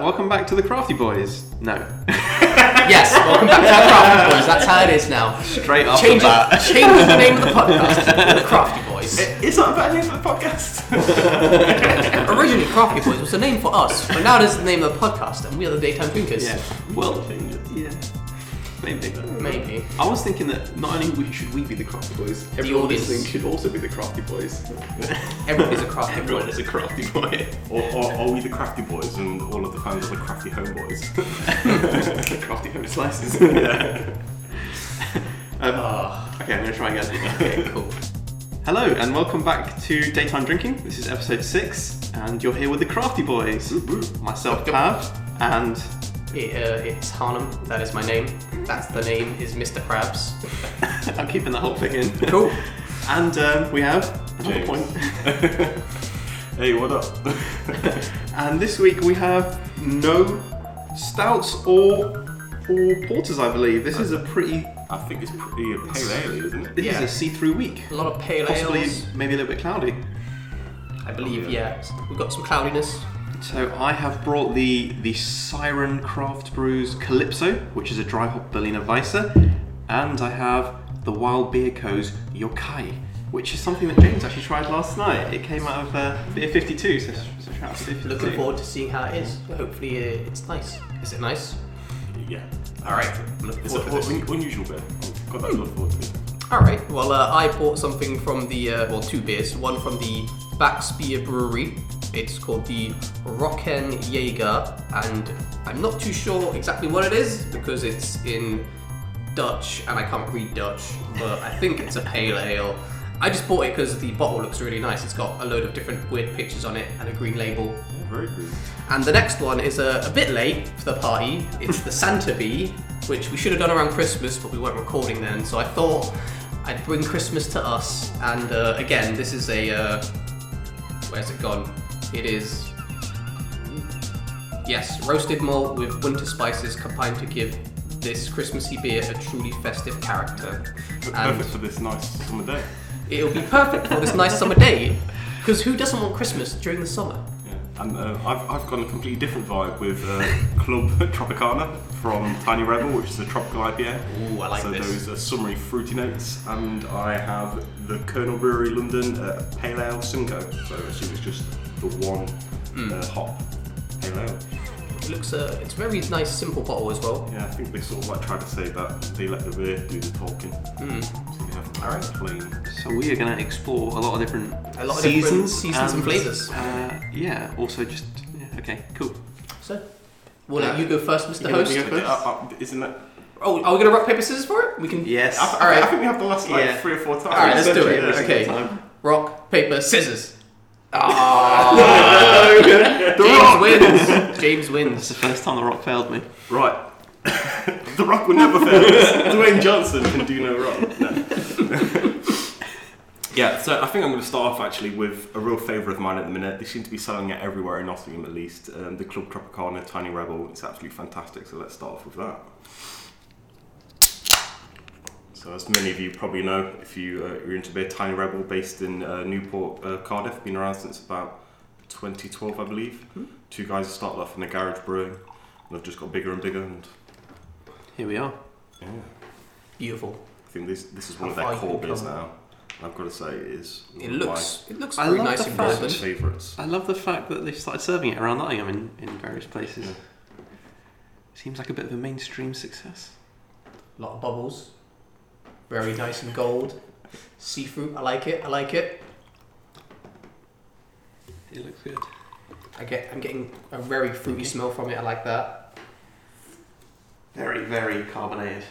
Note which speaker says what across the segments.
Speaker 1: welcome back to the Crafty Boys. No,
Speaker 2: Yes, welcome back to our Crafty Boys. That's how it is now.
Speaker 1: straight off
Speaker 2: Change,
Speaker 1: the bat.
Speaker 2: it, change the name of the podcast to The Crafty Boys.
Speaker 3: It's not a bad name for the podcast.
Speaker 2: Originally, Crafty Boys was the name for us, but now it is the name of the podcast, and we are the Daytime Drinkers.
Speaker 1: Yeah,
Speaker 3: well,
Speaker 1: well,
Speaker 3: yeah.
Speaker 1: maybe.
Speaker 2: Maybe.
Speaker 1: I was thinking that not only we- should we be the Crafty Boys, everyone
Speaker 2: audience.
Speaker 1: listening should also be the Crafty Boys.
Speaker 2: Everybody's a Crafty Boy.
Speaker 1: Everyone is a Crafty Boy.
Speaker 3: Or, or are we the crafty boys and all of the fans are the crafty homeboys?
Speaker 1: crafty Home Slices. um,
Speaker 3: Ah.
Speaker 1: Okay, I'm going to try again.
Speaker 2: Oh, Okay, cool.
Speaker 1: Hello and welcome back to Daytime Drinking. This is episode six, and you're here with the Crafty Boys. Myself, Pav, and
Speaker 2: It, uh, it's Harnum. That is my name. That's the name is Mr. Krabs.
Speaker 1: I'm keeping the whole thing in.
Speaker 2: Cool.
Speaker 1: And um, we have another
Speaker 3: James.
Speaker 1: point.
Speaker 3: hey, what up?
Speaker 1: And this week we have no stouts or or porters, I believe. This is a pretty.
Speaker 3: I think it's pretty a pale ale, isn't
Speaker 1: This
Speaker 3: it?
Speaker 2: Yeah.
Speaker 1: is a see-through week.
Speaker 2: A lot of pale
Speaker 1: Possibly,
Speaker 2: ales.
Speaker 1: maybe a little bit cloudy.
Speaker 2: I believe, yeah. We've got some cloudiness.
Speaker 1: So I have brought the the Siren Craft Brews Calypso, which is a dry hop Berliner Weisse, and I have the Wild Beer Co's Yokai, which is something that James actually tried last night. It came out of uh, Beer 52, so, so shout out to Beer 52.
Speaker 2: Looking forward to seeing how it is. Hopefully, uh, it's nice. Is it nice?
Speaker 3: Yeah.
Speaker 2: All right.
Speaker 3: It's a,
Speaker 2: Forward to
Speaker 3: un- unusual beer. God, that's look forward to it.
Speaker 2: All right. Well, uh, I bought something from the uh, well, two beers. One from the Backspear Brewery. It's called the Rocken Jaeger, and I'm not too sure exactly what it is because it's in Dutch and I can't read Dutch, but I think it's a pale ale. I just bought it because the bottle looks really nice. It's got a load of different weird pictures on it and a green label.
Speaker 3: Yeah, very good.
Speaker 2: And the next one is a, a bit late for the party. It's the Santa Bee, which we should have done around Christmas, but we weren't recording then. So I thought I'd bring Christmas to us. And uh, again, this is a. Uh, where's it gone? It is. Yes, roasted malt with winter spices combined to give this Christmassy beer a truly festive character.
Speaker 3: But
Speaker 2: And-
Speaker 3: Perfect for this nice summer day.
Speaker 2: It'll be perfect for this nice summer day, because who doesn't want Christmas during the summer?
Speaker 3: Yeah. And uh, I've, I've got a completely different vibe with uh, Club Tropicana from Tiny Rebel, which is a tropical IPA.
Speaker 2: Ooh, I like
Speaker 3: so
Speaker 2: this.
Speaker 3: those are summery fruity notes, and I have the Colonel Brewery London uh, Pale Ale Simcoe. So I assume it's just the one
Speaker 2: Hmm.
Speaker 3: uh, hop pale ale.
Speaker 2: It looks, uh, it's a very nice, simple bottle as well.
Speaker 3: Yeah, I think they sort of like try to say that they let the beer do the talking.
Speaker 2: Mm.
Speaker 3: So they have
Speaker 2: Alright.
Speaker 3: plain.
Speaker 1: So we are going to explore a lot of different
Speaker 2: A lot of different
Speaker 1: seasons,
Speaker 2: seasons and flavours.
Speaker 1: Uh, yeah. Also, just yeah, okay, cool.
Speaker 2: So, well, now you go first, Mr.
Speaker 1: Yeah,
Speaker 2: Host.
Speaker 1: Uh, you go first.
Speaker 3: Uh, uh, isn't that?
Speaker 2: Oh, are we gonna rock paper scissors for it? We can.
Speaker 1: Yes.
Speaker 3: I,
Speaker 2: Alright.
Speaker 3: I think we have the last like
Speaker 1: Yeah.
Speaker 3: three or four times.
Speaker 2: Alright, let's do it.
Speaker 3: Yeah.
Speaker 2: Okay.
Speaker 1: Time.
Speaker 2: Rock paper scissors. Ah. James wins. James
Speaker 1: It's
Speaker 2: wins.
Speaker 1: the first time the rock failed me.
Speaker 3: Right. the Rock will never fail us. Dwayne Johnson can do no wrong. No. yeah, so I think I'm going to start off actually with a real favourite of mine at the minute. They seem to be selling it everywhere in Nottingham at least. Um, the Club Tropicana Tiny Rebel. It's absolutely fantastic, so let's start off with that. So, as many of you probably know, if you, uh, you're into beer, Tiny Rebel, based in uh, Newport, uh, Cardiff, been around since about 2012, I believe. Two guys who started off in a garage brewing, and they've just got bigger and bigger. And
Speaker 1: Here we are.
Speaker 3: yeah,
Speaker 2: Beautiful.
Speaker 3: I think this this is
Speaker 2: How
Speaker 3: one of
Speaker 2: far
Speaker 3: their
Speaker 2: you
Speaker 3: core
Speaker 2: can
Speaker 3: beers
Speaker 2: come.
Speaker 3: now. And I've got to say, it is
Speaker 1: Oh
Speaker 2: It looks. It looks
Speaker 1: I
Speaker 2: very
Speaker 1: love
Speaker 2: nice
Speaker 1: the
Speaker 2: and
Speaker 3: my
Speaker 1: fact-
Speaker 2: golden.
Speaker 3: favourites.
Speaker 1: I love the fact that they started serving it around Nottingham in, in various places.
Speaker 3: Yeah.
Speaker 1: Seems like a bit of a mainstream success.
Speaker 2: lot of bubbles. Very nice and gold. See through. I like it. I like it.
Speaker 1: It looks good.
Speaker 2: I get. I'm getting a very fruity smell from it. I like that.
Speaker 1: Very, very carbonated.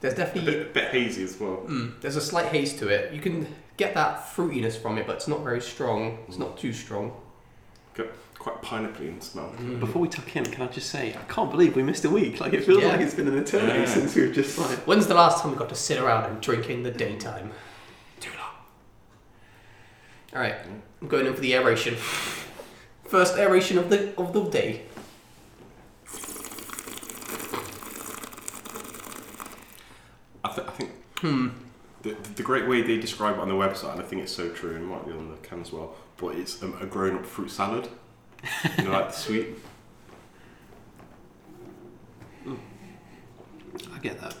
Speaker 2: There's
Speaker 3: A
Speaker 2: definitely
Speaker 3: bit, a bit hazy as well.
Speaker 2: Mm, there's a slight haze to it. You can get that fruitiness from it, but it's not very strong. It's not too strong.
Speaker 3: Quite pineapple in smell.
Speaker 2: Mm.
Speaker 1: Before we tuck in, can I just say, I can't believe we missed a week. Like, it feels
Speaker 2: Yeah.
Speaker 1: like it's been an eternity
Speaker 3: Yeah.
Speaker 1: since we've just like.
Speaker 2: When's the last time we got to sit around and drink in the daytime? Too long. All right, I'm going in for the aeration. First aeration of the of the day.
Speaker 3: I, th- I think
Speaker 2: Hmm.
Speaker 3: the, the great way they describe it on the website, and I think it's so true, and it might be on the can as well, but it's um, a grown up fruit salad. You know, like the sweet.
Speaker 1: I get that.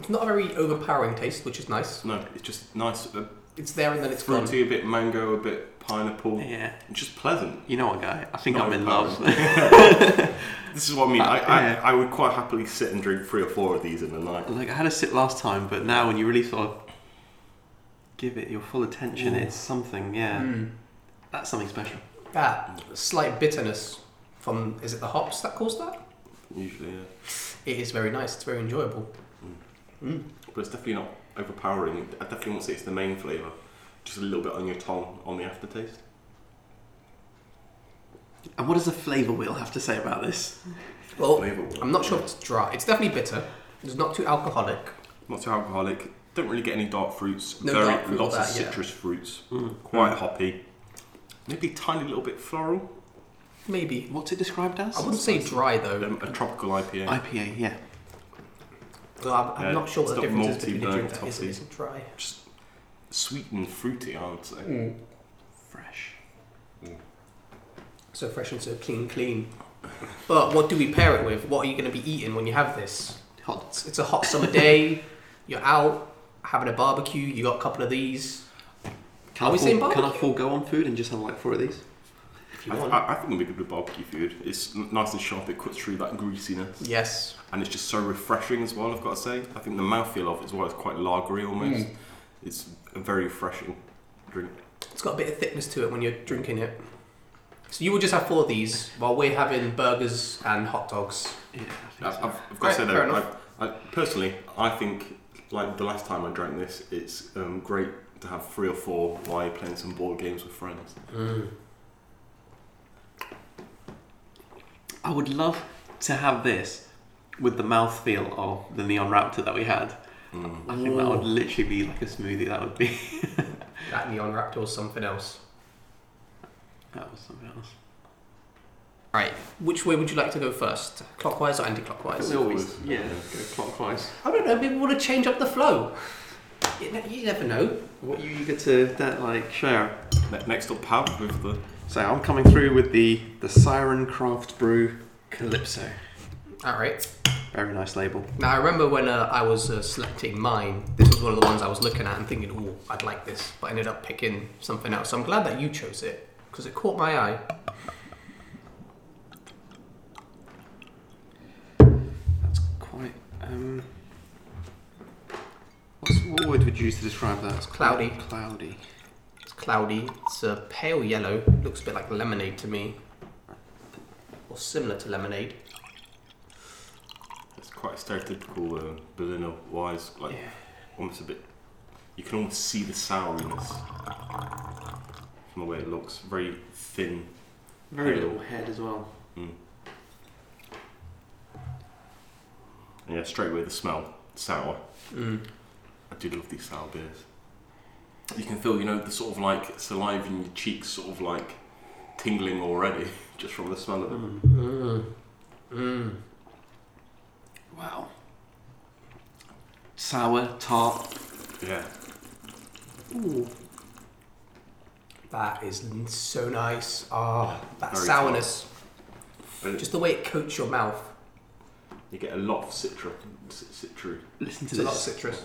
Speaker 2: It's not a very overpowering taste, which is nice.
Speaker 3: No, it's just nice, a
Speaker 2: It's there and then it's gone.
Speaker 3: fruity, a bit mango, a bit pineapple.
Speaker 1: Yeah.
Speaker 3: Just pleasant.
Speaker 1: You know what, guy? I think
Speaker 3: Not
Speaker 1: I'm in
Speaker 3: overpowering.
Speaker 1: love.
Speaker 3: This is what I mean. I, I,
Speaker 1: Yeah.
Speaker 3: I would quite happily sit and drink three or four of these in a night.
Speaker 1: like I had a sip last time, but now when you really sort of give it your full attention, it's something. Yeah,
Speaker 2: Mm.
Speaker 1: that's something special.
Speaker 2: That Ah, slight bitterness from is it the hops that caused that?
Speaker 3: Usually, yeah.
Speaker 2: It is very nice. It's very enjoyable.
Speaker 3: But it's definitely not overpowering. I definitely won't say it's the main flavour. Just a little bit on your tongue on the aftertaste.
Speaker 1: And what does the flavour wheel have to say about this?
Speaker 2: Well,
Speaker 3: Flavour wise.
Speaker 2: I'm not sure if it's dry. It's definitely bitter. It's not too alcoholic.
Speaker 3: Not too alcoholic. Don't really get any dark fruits.
Speaker 2: No
Speaker 3: Very
Speaker 2: dark fruit or
Speaker 3: lots of
Speaker 2: that, yeah.
Speaker 3: citrus fruits.
Speaker 2: Mm.
Speaker 3: Quite hoppy. Maybe a tiny little bit floral.
Speaker 2: Maybe.
Speaker 1: What's it described as?
Speaker 2: I wouldn't say dry though.
Speaker 3: Um, a tropical IPA.
Speaker 1: IPA. Yeah.
Speaker 2: Well, I'm, I'm
Speaker 3: Yeah,
Speaker 2: not sure what
Speaker 3: it's
Speaker 2: the
Speaker 3: got
Speaker 2: difference is
Speaker 3: malty,
Speaker 2: between a
Speaker 3: no,
Speaker 2: drink that
Speaker 3: toffee.
Speaker 2: is and isn't dry.
Speaker 3: Just sweet and fruity, I would say.
Speaker 2: Mm.
Speaker 1: Fresh.
Speaker 2: So fresh and so clean, clean. But what do we pair it with? What are you going to be eating when you have this?
Speaker 1: Hot.
Speaker 2: It's, it's a hot summer day. You're out having a barbecue. You got a couple of these.
Speaker 1: Can
Speaker 2: Are
Speaker 1: I
Speaker 2: we
Speaker 1: fore-
Speaker 2: saying
Speaker 1: Can I
Speaker 2: barbecue?
Speaker 1: forego on food and just have like four of these?
Speaker 2: If you
Speaker 3: I,
Speaker 2: want.
Speaker 3: I, I think it'd be good with barbecue food. It's n- nice and sharp. It cuts through that greasiness,
Speaker 2: yes.
Speaker 3: and it's just so refreshing as well. I've got to say. I think the mouthfeel of it as well is quite lagery almost. It's a very refreshing drink.
Speaker 2: It's got a bit of thickness to it when you're drinking it. So you will just have four of these while we're having burgers and hot dogs.
Speaker 1: Yeah.
Speaker 3: I- I've, I've got
Speaker 2: Right,
Speaker 3: to say
Speaker 2: fair
Speaker 3: though,
Speaker 2: enough.
Speaker 3: I, I, personally, I think like the last time I drank this, it's um, great to have three or four while you're playing some board games with friends.
Speaker 1: I would love to have this with the mouthfeel of the Neon Raptor that we had.
Speaker 3: Mm.
Speaker 1: I think that
Speaker 2: Ooh.
Speaker 1: would literally be like a smoothie. That would be.
Speaker 2: That neon raptor or something else.
Speaker 1: that was something else.
Speaker 2: Right. Which way would you like to go first? Clockwise or
Speaker 1: I think
Speaker 2: anti-clockwise?
Speaker 1: we always
Speaker 3: always-
Speaker 1: yeah go clockwise.
Speaker 2: I don't know. Maybe we want to change up the flow. You, ne- you never know.
Speaker 1: What you eager to that like share?
Speaker 3: Ne- next up, Pav with the
Speaker 1: So I'm coming through with the the Siren Craft Brew Calypso.
Speaker 2: All right.
Speaker 1: Very nice label.
Speaker 2: Now I remember when uh, I was uh, selecting mine. This was one of the ones I was looking at and thinking, "Oh, I'd like this," but I ended up picking something else. So I'm glad that you chose it because it caught my eye.
Speaker 1: That's quite. Um, what's, what word would you use to describe that? It's
Speaker 2: cloudy.
Speaker 1: Cloudy.
Speaker 2: It's cloudy. It's a pale yellow. Looks a bit like lemonade to me, or similar to lemonade.
Speaker 3: it's quite a stereotypical uh, Berliner wise, like
Speaker 1: Yeah.
Speaker 3: almost a bit. You can almost see the souriness from the way it looks. Very thin.
Speaker 1: Very
Speaker 3: Pale.
Speaker 1: little head as well.
Speaker 3: And yeah, straight away the smell sour.
Speaker 2: Mm.
Speaker 3: I do love these sour beers. You can feel, you know, the sort of like saliva in your cheeks, sort of like tingling already just from the smell of it.
Speaker 2: Mm. Mm.
Speaker 1: Wow. Sour, tart.
Speaker 3: Yeah,
Speaker 1: Ooh.
Speaker 2: That is n- so nice. Ah, that
Speaker 3: Very
Speaker 2: sourness.
Speaker 3: but
Speaker 2: Just the way it coats your mouth.
Speaker 3: you get a lot of citra, c- citru.
Speaker 1: Listen to
Speaker 2: It's a lot
Speaker 1: this.
Speaker 2: of citrus.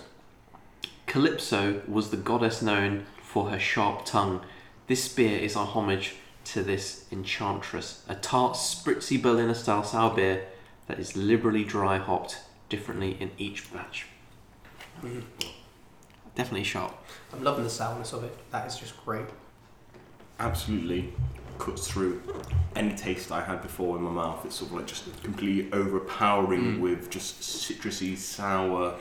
Speaker 1: Calypso was the goddess known for her sharp tongue. This spear is our homage to this enchantress, a tart, spritzy Berliner style sour beer that is liberally dry hopped differently in each batch. Definitely sharp.
Speaker 2: I'm loving the sourness of it. That is just great.
Speaker 3: Absolutely cuts through any taste I had before in my mouth. It's sort of like just completely overpowering with just citrusy, sour,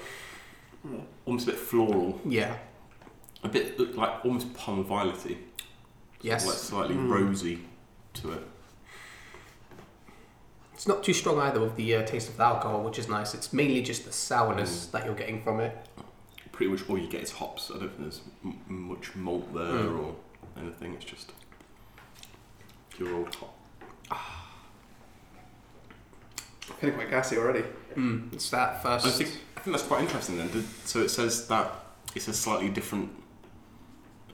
Speaker 3: almost a bit floral,
Speaker 2: Yeah.
Speaker 3: a bit look like almost plum violety,
Speaker 2: Yes.
Speaker 3: like slightly
Speaker 1: Mm.
Speaker 3: rosy to it.
Speaker 2: It's not too strong either with the uh, taste of the alcohol, which is nice. It's mainly just the sourness that you're getting from it.
Speaker 3: pretty much all you get is hops. I don't think there's m- m- much malt there
Speaker 1: Mm.
Speaker 3: or anything. It's just pure old hop.
Speaker 1: Feeling quite gassy already.
Speaker 2: Mm. It's that first.
Speaker 3: I think I think that's quite interesting then. Did- So it says that it's a slightly different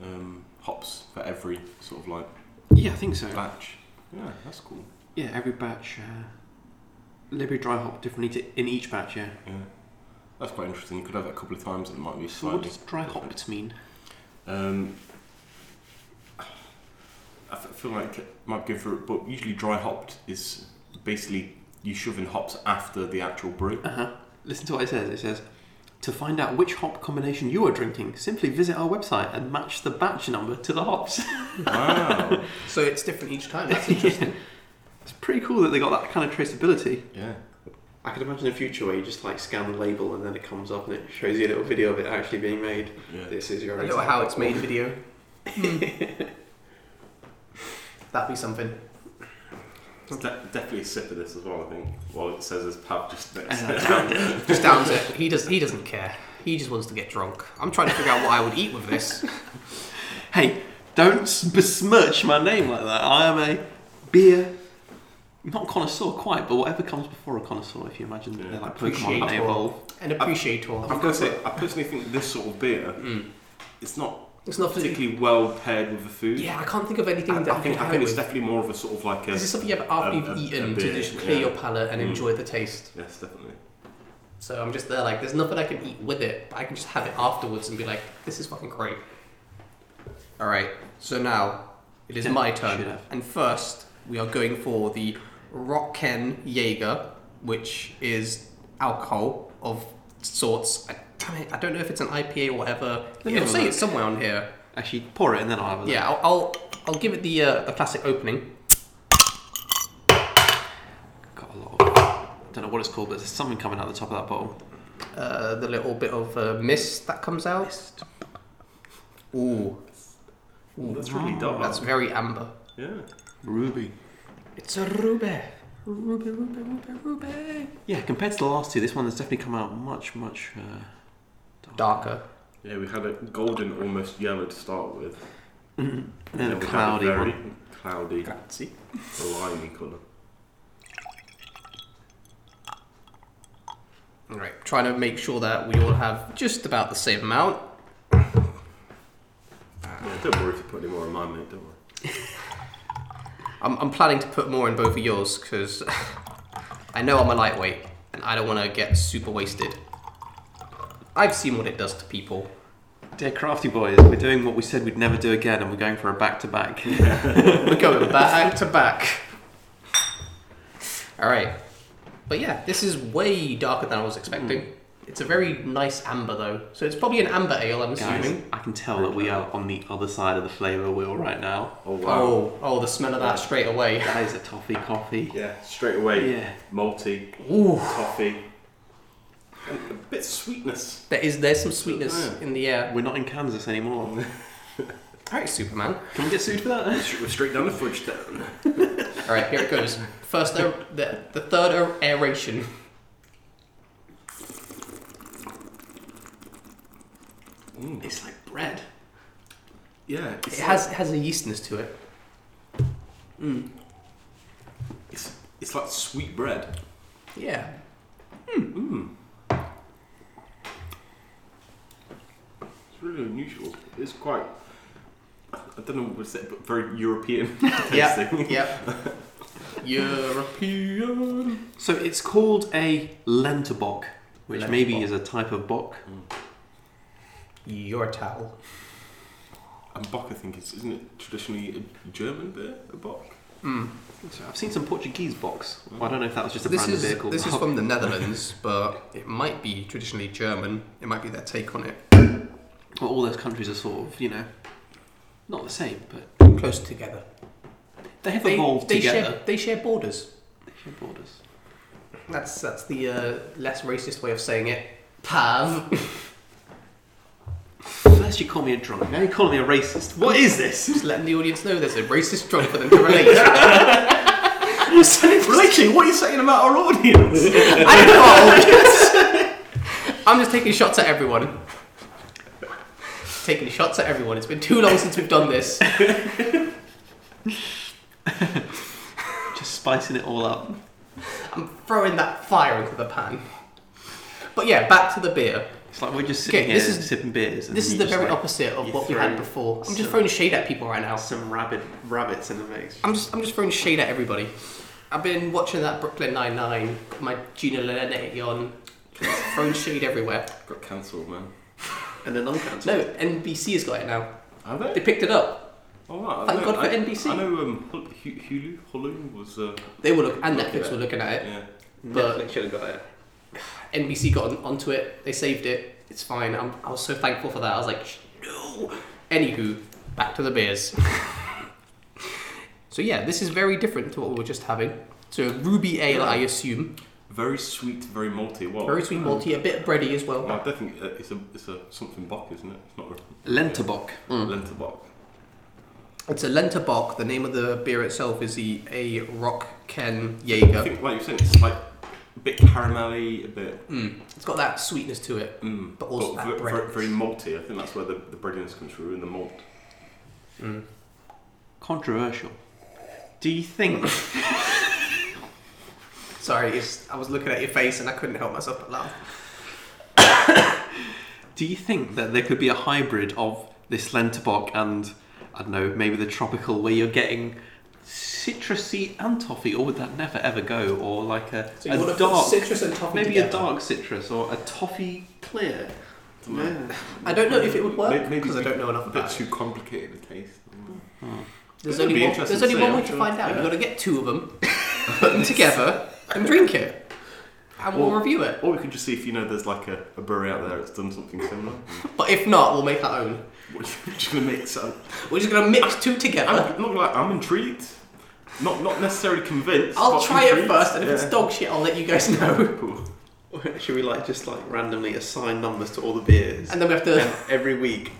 Speaker 3: um, hops for every sort of like
Speaker 1: Yeah, I think so.
Speaker 3: batch. Yeah, that's cool.
Speaker 1: Yeah, every batch. Uh, Libby dry hop differently to, in each batch, yeah.
Speaker 3: Yeah. That's quite interesting. You could have it a couple of times. It might be
Speaker 1: So what
Speaker 3: slightly.
Speaker 1: does dry hopped mean?
Speaker 3: Um, I f- feel like it might be good for it, but usually dry hopped is basically you shoving hops after the actual brew.
Speaker 1: Uh huh. Listen to what it says. It says, to find out which hop combination you are drinking, simply visit our website and match the batch number to the hops.
Speaker 3: wow.
Speaker 2: So it's different each time. That's interesting.
Speaker 1: Yeah. It's pretty cool that they got that kind of traceability.
Speaker 3: Yeah.
Speaker 1: I could imagine a future where you just like scan the label and then it comes up and it shows you a little video of it actually being made.
Speaker 3: Yeah.
Speaker 1: This is your.
Speaker 2: I know
Speaker 1: exact
Speaker 2: how it's
Speaker 1: hop.
Speaker 2: made video. That'd be something.
Speaker 3: It's de- definitely a sip of this as well. I think. Well, it says is pub just next.
Speaker 2: Just downs it. He does. He doesn't care. He just wants to get drunk. I'm trying to figure out what I would eat with this.
Speaker 1: Hey, don't s- besmirch my name like that. I am a beer, not connoisseur quite, but whatever comes before a connoisseur. If you imagine that
Speaker 3: Yeah.
Speaker 1: they're like
Speaker 2: Appreciate
Speaker 1: Pokemon, they
Speaker 2: all.
Speaker 1: evolve.
Speaker 2: And appreciate all.
Speaker 3: I've got to say, I personally think this sort of beer, it's not
Speaker 2: It's not particularly.
Speaker 3: particularly well paired with the food.
Speaker 2: Yeah, I can't think of anything
Speaker 3: I,
Speaker 2: that
Speaker 3: I think I
Speaker 2: pair
Speaker 3: think it's
Speaker 2: with.
Speaker 3: definitely more of a sort of like a.
Speaker 2: This is something you have after
Speaker 3: a-
Speaker 2: you've
Speaker 3: a-
Speaker 2: eaten
Speaker 3: a
Speaker 2: to
Speaker 3: beer,
Speaker 2: just clear
Speaker 3: yeah.
Speaker 2: your palate and
Speaker 3: Mm.
Speaker 2: enjoy the taste.
Speaker 3: Yes, definitely.
Speaker 2: So I'm just there like, there's nothing I can eat with it, but I can just have it afterwards and be like, this is fucking great. All right, so now it is
Speaker 1: Yeah,
Speaker 2: my
Speaker 1: should
Speaker 2: turn,
Speaker 1: have.
Speaker 2: and first we are going for the Rocken Jaeger, which is alcohol of sorts. I, damn it, I don't know if it's an IPA or whatever.
Speaker 1: me
Speaker 2: It'll
Speaker 1: have a
Speaker 2: say
Speaker 1: look.
Speaker 2: it's somewhere on here.
Speaker 1: Actually, pour it and then I'll have a look.
Speaker 2: Yeah, I'll I'll, I'll give it the uh, the classic opening.
Speaker 1: Got a lot. Of, don't know what it's called, but there's something coming out the top of that bottle.
Speaker 2: Uh, the little bit of uh, mist that comes out. Ooh, Ooh,
Speaker 3: That's really dark.
Speaker 2: that's very amber.
Speaker 3: yeah.
Speaker 1: Ruby.
Speaker 2: It's a ruby. Ruby, ruby, ruby, ruby.
Speaker 1: Yeah, compared to the last two, this one has definitely come out much, much uh,
Speaker 2: Darker.
Speaker 3: Yeah, we had a golden, almost yellow to start with.
Speaker 1: Mhm. And
Speaker 3: then
Speaker 1: then a
Speaker 3: we had a
Speaker 1: cloudy
Speaker 3: very
Speaker 1: one.
Speaker 3: Cloudy,
Speaker 2: Grazie.
Speaker 3: slimy colour.
Speaker 2: Right, trying to make sure that we all have just about the same amount.
Speaker 3: Yeah, don't worry if you put any more on mine, mate. Don't worry.
Speaker 2: I'm, I'm planning to put more in both of yours because I know I'm a lightweight and I don't want to get super wasted. I've seen what it does to people.
Speaker 1: Dear crafty boys, we're doing what we said we'd never do again, and we're going for a back to back.
Speaker 2: We're going back to back. All right, but yeah, this is way darker than I was expecting.
Speaker 3: Hmm.
Speaker 2: It's a very nice amber though, so it's probably an amber ale. I'm assuming.
Speaker 1: Guys, I can tell that we are on the other side of the flavour wheel right now.
Speaker 3: Oh wow.
Speaker 2: Oh, oh, the smell of that straight away.
Speaker 1: That is a toffee coffee.
Speaker 3: Yeah, straight away.
Speaker 1: Oh. Yeah.
Speaker 3: Malty,
Speaker 2: Ooh,
Speaker 3: toffee, and a bit of sweetness.
Speaker 2: there is there's some sweetness
Speaker 3: Hmm.
Speaker 2: in the air.
Speaker 1: We're not in Kansas anymore.
Speaker 2: All right, Superman.
Speaker 1: Can we get sued for that?
Speaker 3: We're straight down the fridge down.
Speaker 2: All right, here it goes. First, air, the the third air- aeration.
Speaker 1: It's like bread.
Speaker 3: Yeah, Hmm. it's
Speaker 2: It has it has a yeastiness to it.
Speaker 3: It's, it's like sweet bread.
Speaker 2: Yeah.
Speaker 3: It's really unusual. It's quite. I don't know what to say, but very European
Speaker 2: Yeah.
Speaker 3: tasting.
Speaker 2: Yep. European.
Speaker 1: So it's called a Lenterbock, which maybe
Speaker 2: Lenterbock.
Speaker 1: is a type of bock.
Speaker 2: Your towel.
Speaker 3: And Bock, I think, is, isn't it traditionally a German beer? A Bock?
Speaker 2: Hmm.
Speaker 1: So I've seen some Portuguese bocks. Well, I don't know if that was just a
Speaker 2: This
Speaker 1: brand
Speaker 2: is
Speaker 1: of vehicle.
Speaker 2: this is from the Netherlands, but it might be traditionally German. It might be their take on it.
Speaker 1: Well, all those countries are sort of, you know, not the same, but
Speaker 2: Close together.
Speaker 1: they have
Speaker 2: They,
Speaker 1: evolved
Speaker 2: they
Speaker 1: together.
Speaker 2: share they share borders.
Speaker 1: They share borders.
Speaker 2: That's that's the uh, less racist way of saying it. Pav.
Speaker 1: First you call me a drunk, now you call me a racist. What is this?
Speaker 2: Just letting the audience know there's a racist drunk for them to relate.
Speaker 3: Relation, what are you saying about our audience?
Speaker 2: I'm involved. I'm just taking shots at everyone. Taking shots at everyone. It's been too long since we've done this.
Speaker 1: Just spicing it all up.
Speaker 2: I'm throwing that fire into the pan. But yeah, back to the beer.
Speaker 1: It's like we're just sitting
Speaker 2: Okay,
Speaker 1: here
Speaker 2: this is-
Speaker 1: sipping beers. And
Speaker 2: This
Speaker 1: you
Speaker 2: is the
Speaker 1: just,
Speaker 2: very
Speaker 1: like,
Speaker 2: opposite of
Speaker 1: you
Speaker 2: what we had
Speaker 1: throw
Speaker 2: before. I'm
Speaker 1: some-
Speaker 2: just throwing shade at people right now.
Speaker 1: Some rabid rabbits in the mix.
Speaker 2: I'm just, I'm just throwing shade at everybody. I've been watching that Brooklyn Nine Nine, my Gina Linetti on, throwing shade everywhere.
Speaker 3: Got cancelled, man.
Speaker 1: And then uncancelled.
Speaker 2: No, NBC has got it now.
Speaker 3: Are they?
Speaker 2: They picked it up.
Speaker 3: Oh, wow.
Speaker 2: Thank
Speaker 3: I
Speaker 2: God for
Speaker 3: I,
Speaker 2: NBC.
Speaker 3: I know um, Hul- Hu- Hulu, Hulu was. Uh,
Speaker 2: They were look, and
Speaker 3: Look at
Speaker 2: Netflix
Speaker 3: it.
Speaker 2: were looking at it.
Speaker 3: yeah.
Speaker 2: But-
Speaker 1: Netflix should have got it.
Speaker 2: NBC got on, onto it. They saved it. It's fine. I'm, I was so thankful for that. I was like, "Sh- no. Anywho, back to the beers. so yeah, this is very different to what we were just having. So ruby ale, I assume.
Speaker 3: Very sweet, very malty. Well,
Speaker 2: Very sweet malty, a bit bready as well.
Speaker 3: Well, I definitely uh, it's a it's a something bock, isn't it? It's not a
Speaker 1: Lenterbock.
Speaker 2: Mm.
Speaker 3: Lenterbock.
Speaker 2: It's a Lenterbock. The name of the beer itself is the A Rock Ken
Speaker 3: I
Speaker 2: Jaeger.
Speaker 3: think, like you said, it's like a bit caramelly, a bit,
Speaker 2: Mm. It's got that sweetness to it,
Speaker 3: mm,
Speaker 2: but also
Speaker 3: but
Speaker 2: that
Speaker 3: ve-
Speaker 2: bread.
Speaker 3: very, very malty. I think that's where the, the breadiness comes through and the malt.
Speaker 1: Controversial. Do you think?
Speaker 2: Sorry, it's, I was looking at your face and I couldn't help myself but laugh.
Speaker 1: do you think that there could be a hybrid of this Lenterbock and I don't know, maybe the tropical, where you're getting citrusy and toffee, or would that never ever go? Or like a,
Speaker 2: So you
Speaker 1: a
Speaker 2: want to put
Speaker 1: dark,
Speaker 2: citrus and toffee
Speaker 1: maybe
Speaker 2: together.
Speaker 1: a dark citrus or a toffee clear. Yeah.
Speaker 2: I don't know if it would work
Speaker 3: May- maybe
Speaker 2: because I
Speaker 3: it's
Speaker 2: don't know enough
Speaker 3: A bit
Speaker 2: about it.
Speaker 3: too complicated a taste.
Speaker 2: There's
Speaker 3: It'd
Speaker 2: only
Speaker 3: be
Speaker 2: one.
Speaker 3: interesting
Speaker 2: There's only
Speaker 3: to
Speaker 2: one
Speaker 3: see,
Speaker 2: way
Speaker 3: I'm
Speaker 2: to
Speaker 3: sure.
Speaker 2: find out.
Speaker 3: Yeah.
Speaker 2: You've got to get two of them, put them together, and drink it, and we'll
Speaker 3: Well-
Speaker 2: review it.
Speaker 3: Or we could just see if you know there's like a, a brewery out there that's done something similar.
Speaker 2: But if not, we'll make our own.
Speaker 3: We're just gonna mix up.
Speaker 2: We're just gonna mix two
Speaker 3: I'm
Speaker 2: together.
Speaker 3: not gonna lie, I'm intrigued. Not not necessarily convinced.
Speaker 2: I'll
Speaker 3: but
Speaker 2: try it
Speaker 3: intrigued.
Speaker 2: first, and if it's
Speaker 3: Yeah.
Speaker 2: dog shit, I'll let you guys know.
Speaker 3: Cool.
Speaker 1: Should we like just like randomly assign numbers to all the beers,
Speaker 2: And then we have to,
Speaker 1: and every week,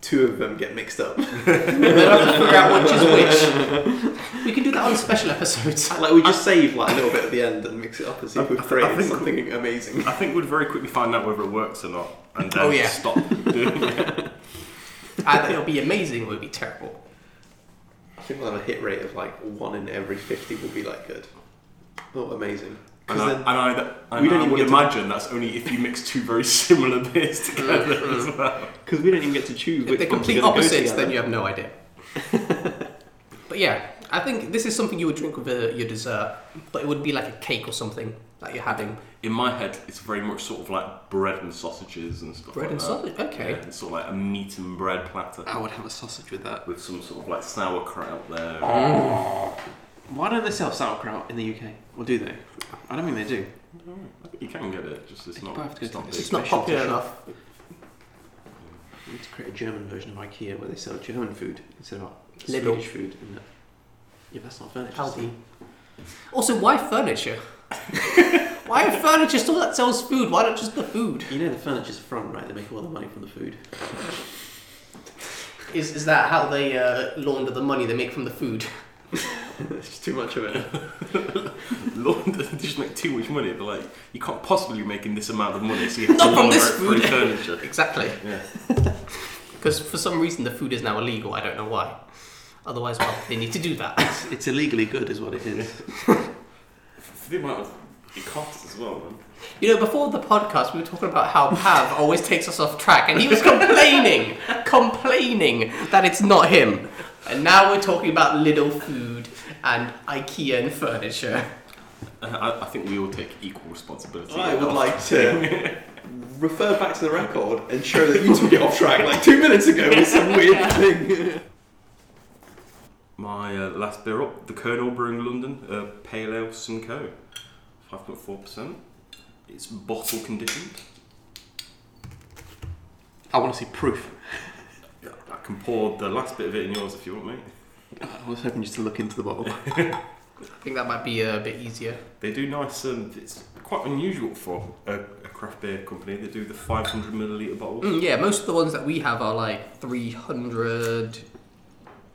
Speaker 1: two of them get mixed up?
Speaker 2: then we have to figure out which is which. We can do that on special episodes.
Speaker 1: Like we just save like a little bit at the end and mix it up and see if we've
Speaker 3: I- I
Speaker 1: created
Speaker 3: think-
Speaker 1: something amazing.
Speaker 3: I think we'd very quickly find out whether it works or not, and then
Speaker 2: Oh, yeah.
Speaker 3: stop doing it.
Speaker 2: Either it'll be amazing or it'll be terrible.
Speaker 1: I think we'll have a hit rate of like one in every fifty will be like good. Oh, amazing!
Speaker 3: And
Speaker 1: Because
Speaker 3: I,
Speaker 1: then
Speaker 3: and I, and
Speaker 1: we don't
Speaker 3: I
Speaker 1: even
Speaker 3: would
Speaker 1: get to-
Speaker 3: imagine that's only if you mix two very similar beers together as well.
Speaker 1: Because we don't even get to choose
Speaker 2: If
Speaker 1: which
Speaker 2: they're
Speaker 1: ones
Speaker 2: complete
Speaker 1: are gonna go
Speaker 2: opposites,
Speaker 1: together.
Speaker 2: then you have no idea. but yeah, I think this is something you would drink with uh your dessert, but it would be like a cake or something that you're having.
Speaker 3: In my head, it's very much sort of like bread and sausages and stuff.
Speaker 2: Bread
Speaker 3: like
Speaker 2: and
Speaker 3: that.
Speaker 2: sausage, okay.
Speaker 3: Yeah, it's sort of like a meat and bread platter
Speaker 1: I would have a sausage with that.
Speaker 3: with some sort of like sauerkraut there.
Speaker 2: Oh. Mm.
Speaker 1: Why don't they sell sauerkraut in the UK? Or do they? I don't think they do.
Speaker 3: I think you can get it. Just it's
Speaker 1: You
Speaker 3: not.
Speaker 1: might have to go
Speaker 3: it's
Speaker 1: to
Speaker 3: not
Speaker 1: the
Speaker 3: big.
Speaker 2: It's not
Speaker 1: special
Speaker 2: popular
Speaker 1: dish.
Speaker 2: enough.
Speaker 1: We need to create a German version of IKEA where they sell German food instead of
Speaker 2: Lidl.
Speaker 1: Swedish food. Isn't it? Yeah, that's not furniture. is
Speaker 2: Aldi. Also, why furniture? why a furniture store that sells food? Why not just the food?
Speaker 1: it? You know the furniture's front, right? They make all the money from the food.
Speaker 2: Is, is that how they uh, launder the money they make from the food?
Speaker 1: There's just too much of it.
Speaker 3: Lord, they just make too much money. They're like, you can't possibly be making this amount of money, so you have
Speaker 2: Not
Speaker 3: to
Speaker 2: from
Speaker 3: launder
Speaker 2: this
Speaker 3: it through
Speaker 2: food.
Speaker 3: furniture.
Speaker 2: Exactly.
Speaker 3: Yeah.
Speaker 2: Because for some reason the food is now illegal. I don't know why. Otherwise, well, they need to do that.
Speaker 1: It's, it's illegally good, is what it is.
Speaker 3: For the amount of it costs as well, man.
Speaker 2: You know, before the podcast, we were talking about how Pav always takes us off track, and he was complaining, complaining that it's not him. And now we're talking about Lidl food and IKEA and furniture.
Speaker 3: Uh, I, I think we all take equal responsibility.
Speaker 1: I would like to refer back to the record and show that you took it off track like two minutes ago with some weird thing.
Speaker 3: My uh, last beer up, the Colonel Brewing London, uh, Pale Ale Simcoe, 5.4%. It's bottle conditioned.
Speaker 1: I want to see proof.
Speaker 3: I can pour the last bit of it in yours if you want, mate.
Speaker 1: I was hoping just to look into the bottle.
Speaker 2: I think that might be a bit easier.
Speaker 3: They do nice, um, it's quite unusual for a, a craft beer company. They do the 500 milliliter bottles.
Speaker 2: Mm, yeah, most of the ones that we have are like 300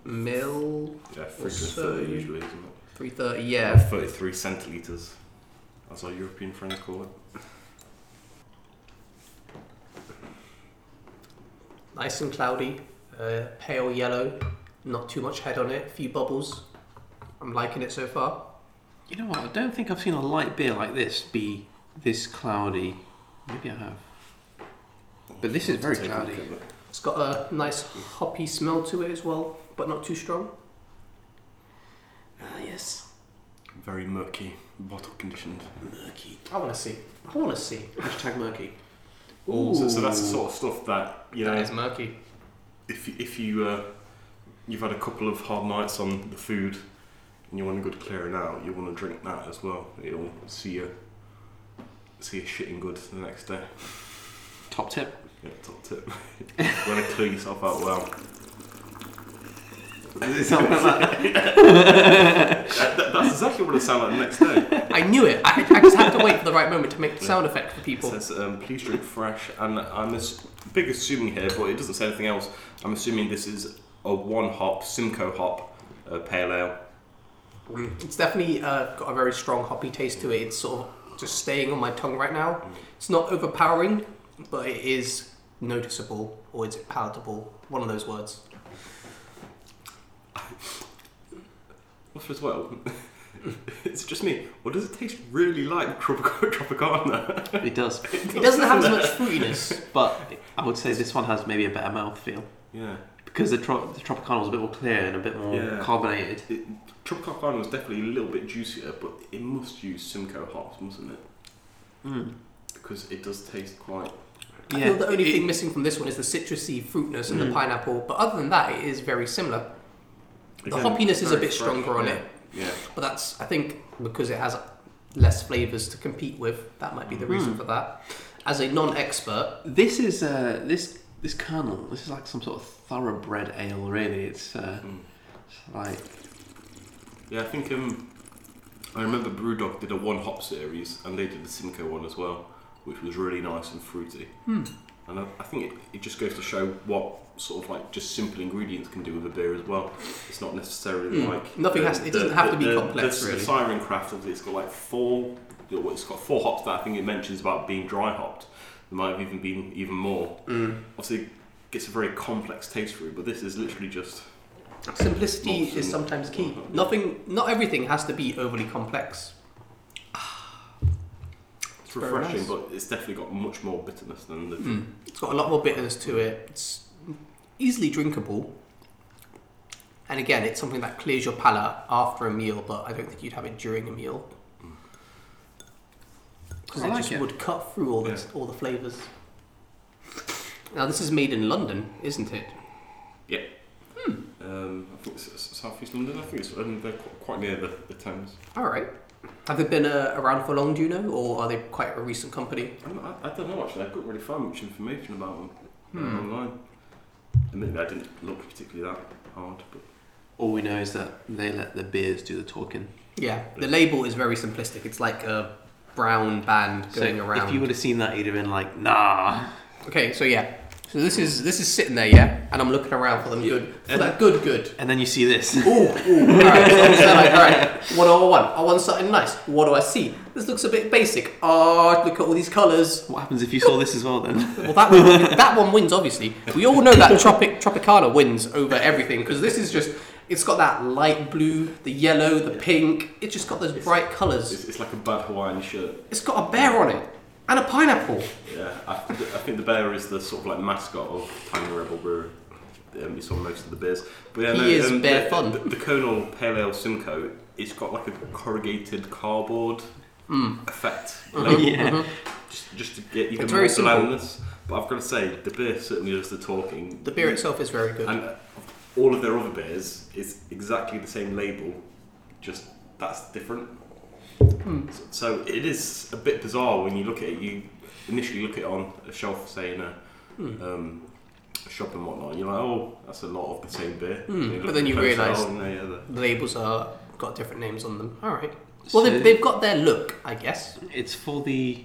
Speaker 2: mil,
Speaker 3: Yeah, 3 to
Speaker 2: So-
Speaker 3: 30 usually, isn't it?
Speaker 2: 330, yeah.
Speaker 3: 33 centilitres, as our European friends call it.
Speaker 2: Nice and cloudy, uh, pale yellow, not too much head on it, a few bubbles. I'm liking it so far.
Speaker 1: You know what? I don't think I've seen a light beer like this be this cloudy. Maybe I have. But this is very
Speaker 3: Take a look
Speaker 1: cloudy.
Speaker 3: at the-
Speaker 2: It's got a nice hoppy smell to it as well, but not too strong. Ah, yes.
Speaker 3: Very murky, bottle conditioned.
Speaker 2: Murky. I want to see. I want to see.
Speaker 1: Hashtag murky.
Speaker 2: Ooh.
Speaker 3: So, so that's the sort of stuff that you know.
Speaker 2: That is murky.
Speaker 3: if you- if you uh, you've had a couple of hard nights on the food and you want a good clearing out, you want to drink that as well. It'll see you see you shitting good the next day.
Speaker 1: Top tip.
Speaker 3: Yeah, top tip. you want to clear yourself out well. That- that- that's exactly what it sounds like the next day.
Speaker 2: I knew it. I, I just had to wait for the right moment to make the sound effect for
Speaker 3: It
Speaker 2: people.
Speaker 3: says, um, please drink fresh, and I'm a big assuming here, but it doesn't say anything else. I'm assuming this is a one hop Simcoe hop uh, pale ale.
Speaker 2: It's definitely uh, got a very strong hoppy taste to it. It's sort of just staying on my tongue right now.
Speaker 3: Mm.
Speaker 2: It's not overpowering, but it is noticeable or is it palatable? One of those words.
Speaker 3: Off as well. it's just me. What does it taste really like, Tropic- Tropicana?
Speaker 1: It does.
Speaker 2: It doesn't have as much fruitiness.
Speaker 1: But I would say this one has maybe a better mouthfeel.
Speaker 3: Yeah.
Speaker 1: Because the, tro- the Tropicana was a bit more clear and a bit more
Speaker 3: Yeah.
Speaker 1: carbonated.
Speaker 3: It, Tropicana was definitely a little bit juicier, but it must use Simcoe hops, mustn't it?
Speaker 2: Hmm.
Speaker 1: Mm.
Speaker 3: Because it does taste quite.
Speaker 2: I
Speaker 1: Yeah.
Speaker 2: feel the only thing missing from this one is the citrusy fruitness and the pineapple, but other than that, it is very similar. The hoppiness is a
Speaker 3: very
Speaker 2: bit
Speaker 3: fresh,
Speaker 2: stronger on
Speaker 3: yeah.
Speaker 2: it.
Speaker 3: Yeah.
Speaker 2: But that's, I think, because it has less flavours to compete with. That might be the reason for that. As a non-expert,
Speaker 1: This is uh, this this kernel. This is like some sort of thoroughbred ale, really. It's, uh,
Speaker 3: Mm.
Speaker 1: it's like
Speaker 3: Yeah, I think um, I remember Brewdog did a one hop series, and they did the Simcoe one as well, which was really nice and fruity.
Speaker 2: Hmm.
Speaker 3: And I, I think it, it just goes to show what sort of like just simple ingredients can do with a beer as well. It's not necessarily
Speaker 2: Hmm.
Speaker 3: like
Speaker 2: Nothing has to- it doesn't have to be
Speaker 3: the-
Speaker 2: complex,
Speaker 3: The,
Speaker 2: really.
Speaker 3: the Siren Craft, obviously, it's got like four. It's got four hops that I think it mentions about being dry hopped. There might have even been even more.
Speaker 2: Hmm.
Speaker 3: Obviously, it gets a very complex taste through, but this is literally just
Speaker 2: simplicity
Speaker 3: Awesome.
Speaker 2: is sometimes key. Nothing, not everything has to be overly complex.
Speaker 3: it's
Speaker 2: Very
Speaker 3: refreshing,
Speaker 2: nice. Hmm.
Speaker 3: but it's definitely got much more bitterness than the
Speaker 2: It's got a lot more bitterness to it. It's easily drinkable. And again, it's something that clears your palate after a meal, but I don't think you'd have it during a meal. Because
Speaker 1: I
Speaker 2: it
Speaker 1: like
Speaker 2: just
Speaker 1: it.
Speaker 2: would cut through all the,
Speaker 3: Yeah.
Speaker 2: all the flavours. Now, this is made in London, isn't it?
Speaker 3: Um, I think it's it's southeast London. I think it's um, they're qu- quite near the, the Thames.
Speaker 2: All right. Have they been uh, around for long, do you know? Or are they quite a recent company?
Speaker 3: I, don't- I, I don't know actually. I couldn't really find much information about them uh,
Speaker 2: Hmm.
Speaker 3: online. Admittedly, I didn't look particularly that hard, but
Speaker 1: all we know is that they let the beers do the talking.
Speaker 2: Yeah, the label is very simplistic. It's like a brown band going
Speaker 1: so
Speaker 2: around.
Speaker 1: if you would have seen that, you'd have been like, nah.
Speaker 2: Okay, so yeah. So this is this is sitting there, yeah, and I'm looking around for them good, for that good, good.
Speaker 1: And then you see this.
Speaker 2: Ooh, ooh. all right, so I'm saying like, all right, what do I want? I want something nice. What do I see? This looks a bit basic. Oh, look at all these colours.
Speaker 1: What happens if you saw this as well then?
Speaker 2: Well, that one, that one wins, obviously. We all know that Tropic Tropicana wins over everything because this is just. It's got that light blue, the yellow, the pink. It's just got those bright colours.
Speaker 3: it's, it's like a bad Hawaiian shirt.
Speaker 2: It's got a bear on it and a pineapple.
Speaker 3: Yeah, I, th- I think the bear is the sort of like mascot of Tiny Rebel Brewery. Um, you saw most of the beers, but yeah,
Speaker 2: He
Speaker 3: no,
Speaker 2: is
Speaker 3: um,
Speaker 2: bear
Speaker 3: the,
Speaker 2: fun.
Speaker 3: The, the Colonel Pale Ale Simcoe, it's got like a corrugated cardboard effect. label.
Speaker 1: Yeah.
Speaker 3: just, just to get even
Speaker 2: Hmm. Mm-hmm. It's
Speaker 3: more
Speaker 2: very simple.
Speaker 3: blandness. But I've got to say, the beer certainly does the talking.
Speaker 2: The beer itself is very good.
Speaker 3: and uh, all of their other beers is exactly the same label, just that's different.
Speaker 2: Hmm.
Speaker 3: So, so it is a bit bizarre when you look at it. You initially look at it on a shelf, say in a
Speaker 2: Hmm.
Speaker 3: um, shop and whatnot. And you're like, oh, that's a lot of the same beer. And
Speaker 2: Hmm. But
Speaker 3: look
Speaker 2: then
Speaker 3: at
Speaker 2: you
Speaker 3: the closer,
Speaker 2: realise-
Speaker 3: oh, no, yeah, the-
Speaker 2: The labels are got different names on them. All right.
Speaker 1: So-
Speaker 2: Well, they've, they've got their look, I guess.
Speaker 1: It's for the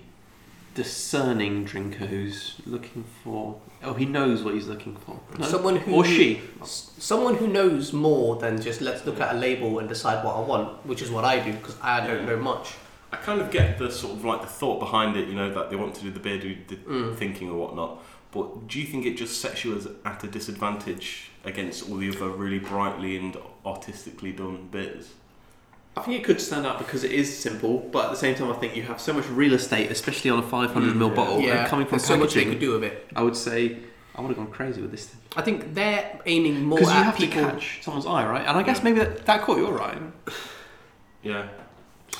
Speaker 1: discerning drinker who's looking for. Oh, he knows what he's looking for. No?
Speaker 2: Someone who
Speaker 1: or she.
Speaker 2: s- someone who knows more than just let's look at a label and decide what I want, which is what I do because I don't know much.
Speaker 3: I kind of get the sort of like the thought behind it, you know, that they want to do the beer do the
Speaker 2: Mm.
Speaker 3: thinking or whatnot. But do you think it just sets you as at a disadvantage against all the other really brightly and artistically done beers?
Speaker 1: I think it could stand out because it is simple, but at the same time, I think you have so much real estate, especially on a 500 ml
Speaker 3: Mm,
Speaker 1: bottle,
Speaker 2: yeah,
Speaker 1: and Oh, coming from
Speaker 2: there's so much they
Speaker 1: packaging,
Speaker 2: could do with it.
Speaker 1: I would say I would have gone crazy with this thing
Speaker 2: I think they're aiming more at
Speaker 1: because you have
Speaker 2: people.
Speaker 1: to catch someone's eye, right? And I guess
Speaker 3: Yeah.
Speaker 1: maybe that, that caught your eye.
Speaker 3: Yeah.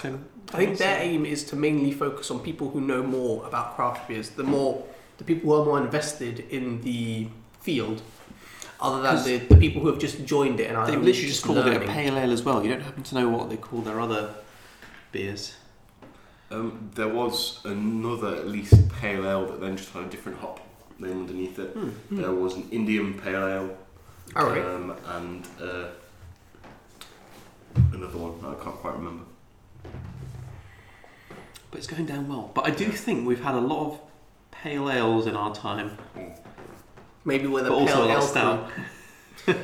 Speaker 1: So,
Speaker 2: I think their aim is to mainly focus on people who know more about craft beers. The more the people who are more invested in the field, other than
Speaker 1: 'Cause-
Speaker 2: the, the people who have just joined it and are
Speaker 1: They've
Speaker 2: only
Speaker 1: literally just called it a
Speaker 2: learning.
Speaker 1: pale ale as well. You don't happen to know what they call their other beers.
Speaker 3: Um, there was another, at least pale ale, that then just had a different hop name underneath it.
Speaker 2: Hmm.
Speaker 3: There was an Indian pale ale,
Speaker 2: All right.
Speaker 3: um, and uh, another one that I can't quite remember.
Speaker 1: But it's going down well. But I do think we've had a lot of pale ales in our time,
Speaker 2: Maybe with a
Speaker 1: but also a
Speaker 2: pale
Speaker 1: lot
Speaker 2: ale
Speaker 1: of stout.
Speaker 2: crew.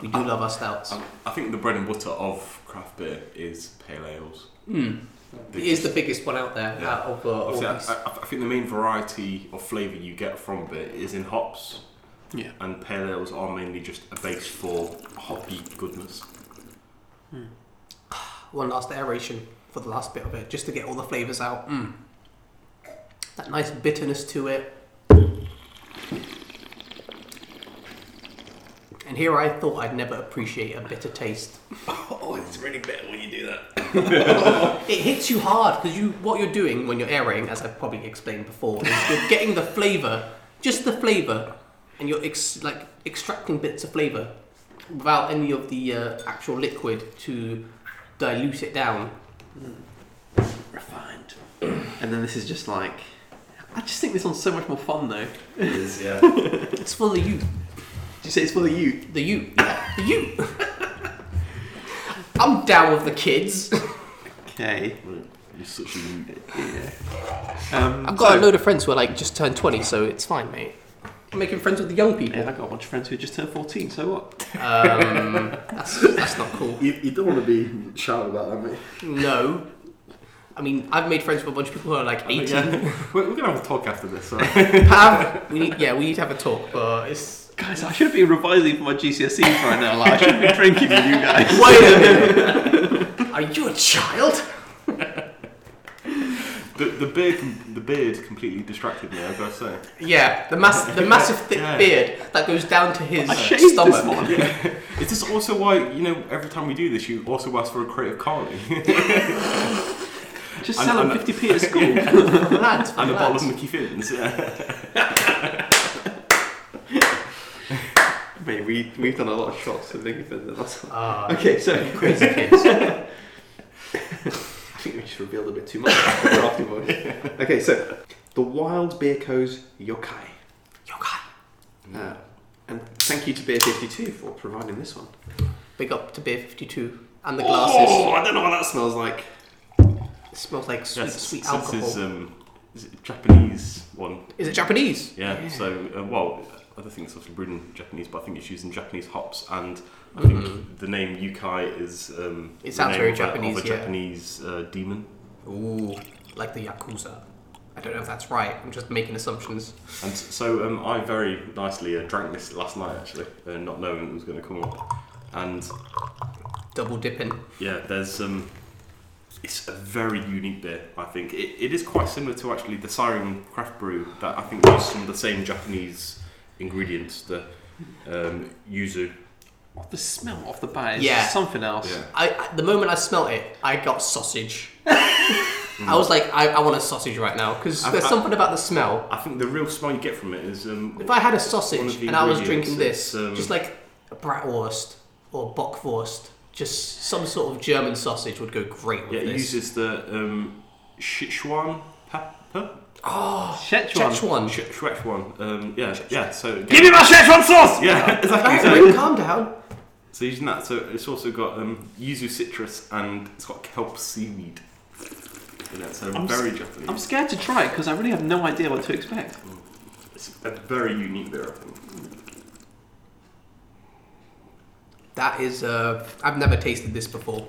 Speaker 2: We do love our stouts.
Speaker 3: Um, I think the bread and butter of craft beer is pale ales.
Speaker 2: Mm. It
Speaker 3: They
Speaker 2: is the
Speaker 3: just-
Speaker 2: biggest one out there.
Speaker 3: Yeah.
Speaker 2: Out of uh, all
Speaker 3: Obviously,
Speaker 2: these.
Speaker 3: I, I, I think the main variety of flavour you get from beer is in hops,
Speaker 1: Yeah.
Speaker 3: and pale ales are mainly just a base for hoppy goodness.
Speaker 2: one last aeration for the last bit of it, just to get all the flavours out. Mm. That nice bitterness to it. And here I thought I'd never appreciate a bitter taste.
Speaker 1: Oh, it's really bitter when you do that.
Speaker 2: It hits you hard because you what you're doing when you're airing, as I've probably explained before, is you're getting the flavour, just the flavour, and you're ex- like extracting bits of flavour without any of the uh, actual liquid to dilute it down.
Speaker 1: Refined. and then this is just like. I just think this one's so much more fun though.
Speaker 3: It is, yeah.
Speaker 2: It's for the youth.
Speaker 1: Do you say it's for the youth?
Speaker 2: The you. The you. I'm down with the kids.
Speaker 1: Okay.
Speaker 3: You're such a
Speaker 1: Yeah. Um,
Speaker 2: I've got
Speaker 1: so-
Speaker 2: a load of friends who are like just turned 20, so it's fine, mate. I'm making friends with the young people.
Speaker 1: Yeah, I've got a bunch of friends who just turned 14, so what?
Speaker 2: Um, that's, that's not cool.
Speaker 4: You, you don't want to be shouting about that, mate.
Speaker 2: No. I mean, I've made friends with a bunch of people who are
Speaker 3: Oh,
Speaker 2: like 18.
Speaker 3: We're, we're gonna have a talk after this. So.
Speaker 2: Have, we need, yeah, we need to have a talk, but it's.
Speaker 1: Guys, I should be revising E for my GCSEs right now. Like, I should be drinking with you guys.
Speaker 2: Wait a minute! Are you a child?
Speaker 3: the the beard the beard completely distracted me. I've got to say.
Speaker 2: Yeah, the, mass, the massive thick
Speaker 3: Yeah.
Speaker 2: beard that goes down to his
Speaker 1: I shaved
Speaker 2: stomach.
Speaker 1: this morning.
Speaker 3: Is this also why you know every time we do this, you also ask for a creative colony
Speaker 1: Just
Speaker 3: And-
Speaker 1: sell them
Speaker 3: and-
Speaker 1: 50p at school.
Speaker 2: For lads, for
Speaker 3: and a bottle
Speaker 2: lads.
Speaker 3: of Mickey Fins? Yeah.
Speaker 1: Mate, we, we've done a lot of shots of Lincoln in the last
Speaker 2: Ah,
Speaker 1: Okay, so
Speaker 2: crazy kids.
Speaker 1: I think we just revealed a bit too much afterwards. Okay, so the Wild Beer Co's Yokai.
Speaker 2: Yokai.
Speaker 1: Uh, and thank you to Beer 52 for providing this one.
Speaker 2: Big up to Beer 52 and the glasses.
Speaker 1: Oh, I don't know what that smells like.
Speaker 2: It smells like sweet,
Speaker 3: Yes,
Speaker 2: sweet
Speaker 3: so
Speaker 2: alcohol.
Speaker 3: This
Speaker 2: Is,
Speaker 3: is, um, is it Japanese one.
Speaker 2: it Japanese?
Speaker 3: Yeah.
Speaker 1: Yeah.
Speaker 3: So uh, well, I don't think it's also brewed in Japanese, but I think it's using Japanese hops, and I
Speaker 2: Mhm.
Speaker 3: think the name Yukai is. Um,
Speaker 2: It
Speaker 3: the
Speaker 2: sounds
Speaker 3: name
Speaker 2: very
Speaker 3: of a-
Speaker 2: Japanese,
Speaker 3: Of a
Speaker 2: yeah.
Speaker 3: Japanese uh, demon,
Speaker 2: Ooh, like the Yakuza. I don't know if that's right. I'm just making assumptions.
Speaker 3: and s- so um, I very nicely uh, drank this last night actually, uh, not knowing it was going to come up, and
Speaker 2: Double dipping.
Speaker 3: Yeah, there's um, it's a very unique beer. I think it, it is quite similar to actually the Siren craft brew that I think used some of the same Japanese ingredients, the um, yuzu.
Speaker 1: Oh, the smell off the bat is
Speaker 2: Yeah.
Speaker 1: something else.
Speaker 2: I, I the moment I smelt it, I got sausage. I was like, I, I want a sausage right now because
Speaker 3: I-
Speaker 2: there's
Speaker 3: I-
Speaker 2: something about the smell.
Speaker 3: I think the real smell you get from it is um,
Speaker 2: If I had a
Speaker 3: One of
Speaker 2: sausage
Speaker 3: the
Speaker 2: and I was
Speaker 3: ingredients,
Speaker 2: drinking this,
Speaker 3: it's, um,
Speaker 2: just like a bratwurst or bockwurst, just some sort of German sausage would go great with
Speaker 3: yeah, it
Speaker 2: this.
Speaker 3: uses the um, Sichuan pepper.
Speaker 2: oh,
Speaker 1: Szechuan.
Speaker 2: Szechuan.
Speaker 3: Sch- Szechuan. Um, yeah, yeah. So
Speaker 1: Give me my Szechuan sauce!
Speaker 3: yeah, exactly.
Speaker 2: Alright,
Speaker 3: so-
Speaker 2: wait, calm down.
Speaker 3: So using that, so it's also got um, yuzu citrus and it's got kelp seaweed. In it, so
Speaker 1: I'm
Speaker 3: very Japanese.
Speaker 1: I'm scared to try it because I really have no idea what to expect.
Speaker 3: It's a very unique beer, I think.
Speaker 2: That is, uh, I've never tasted this before.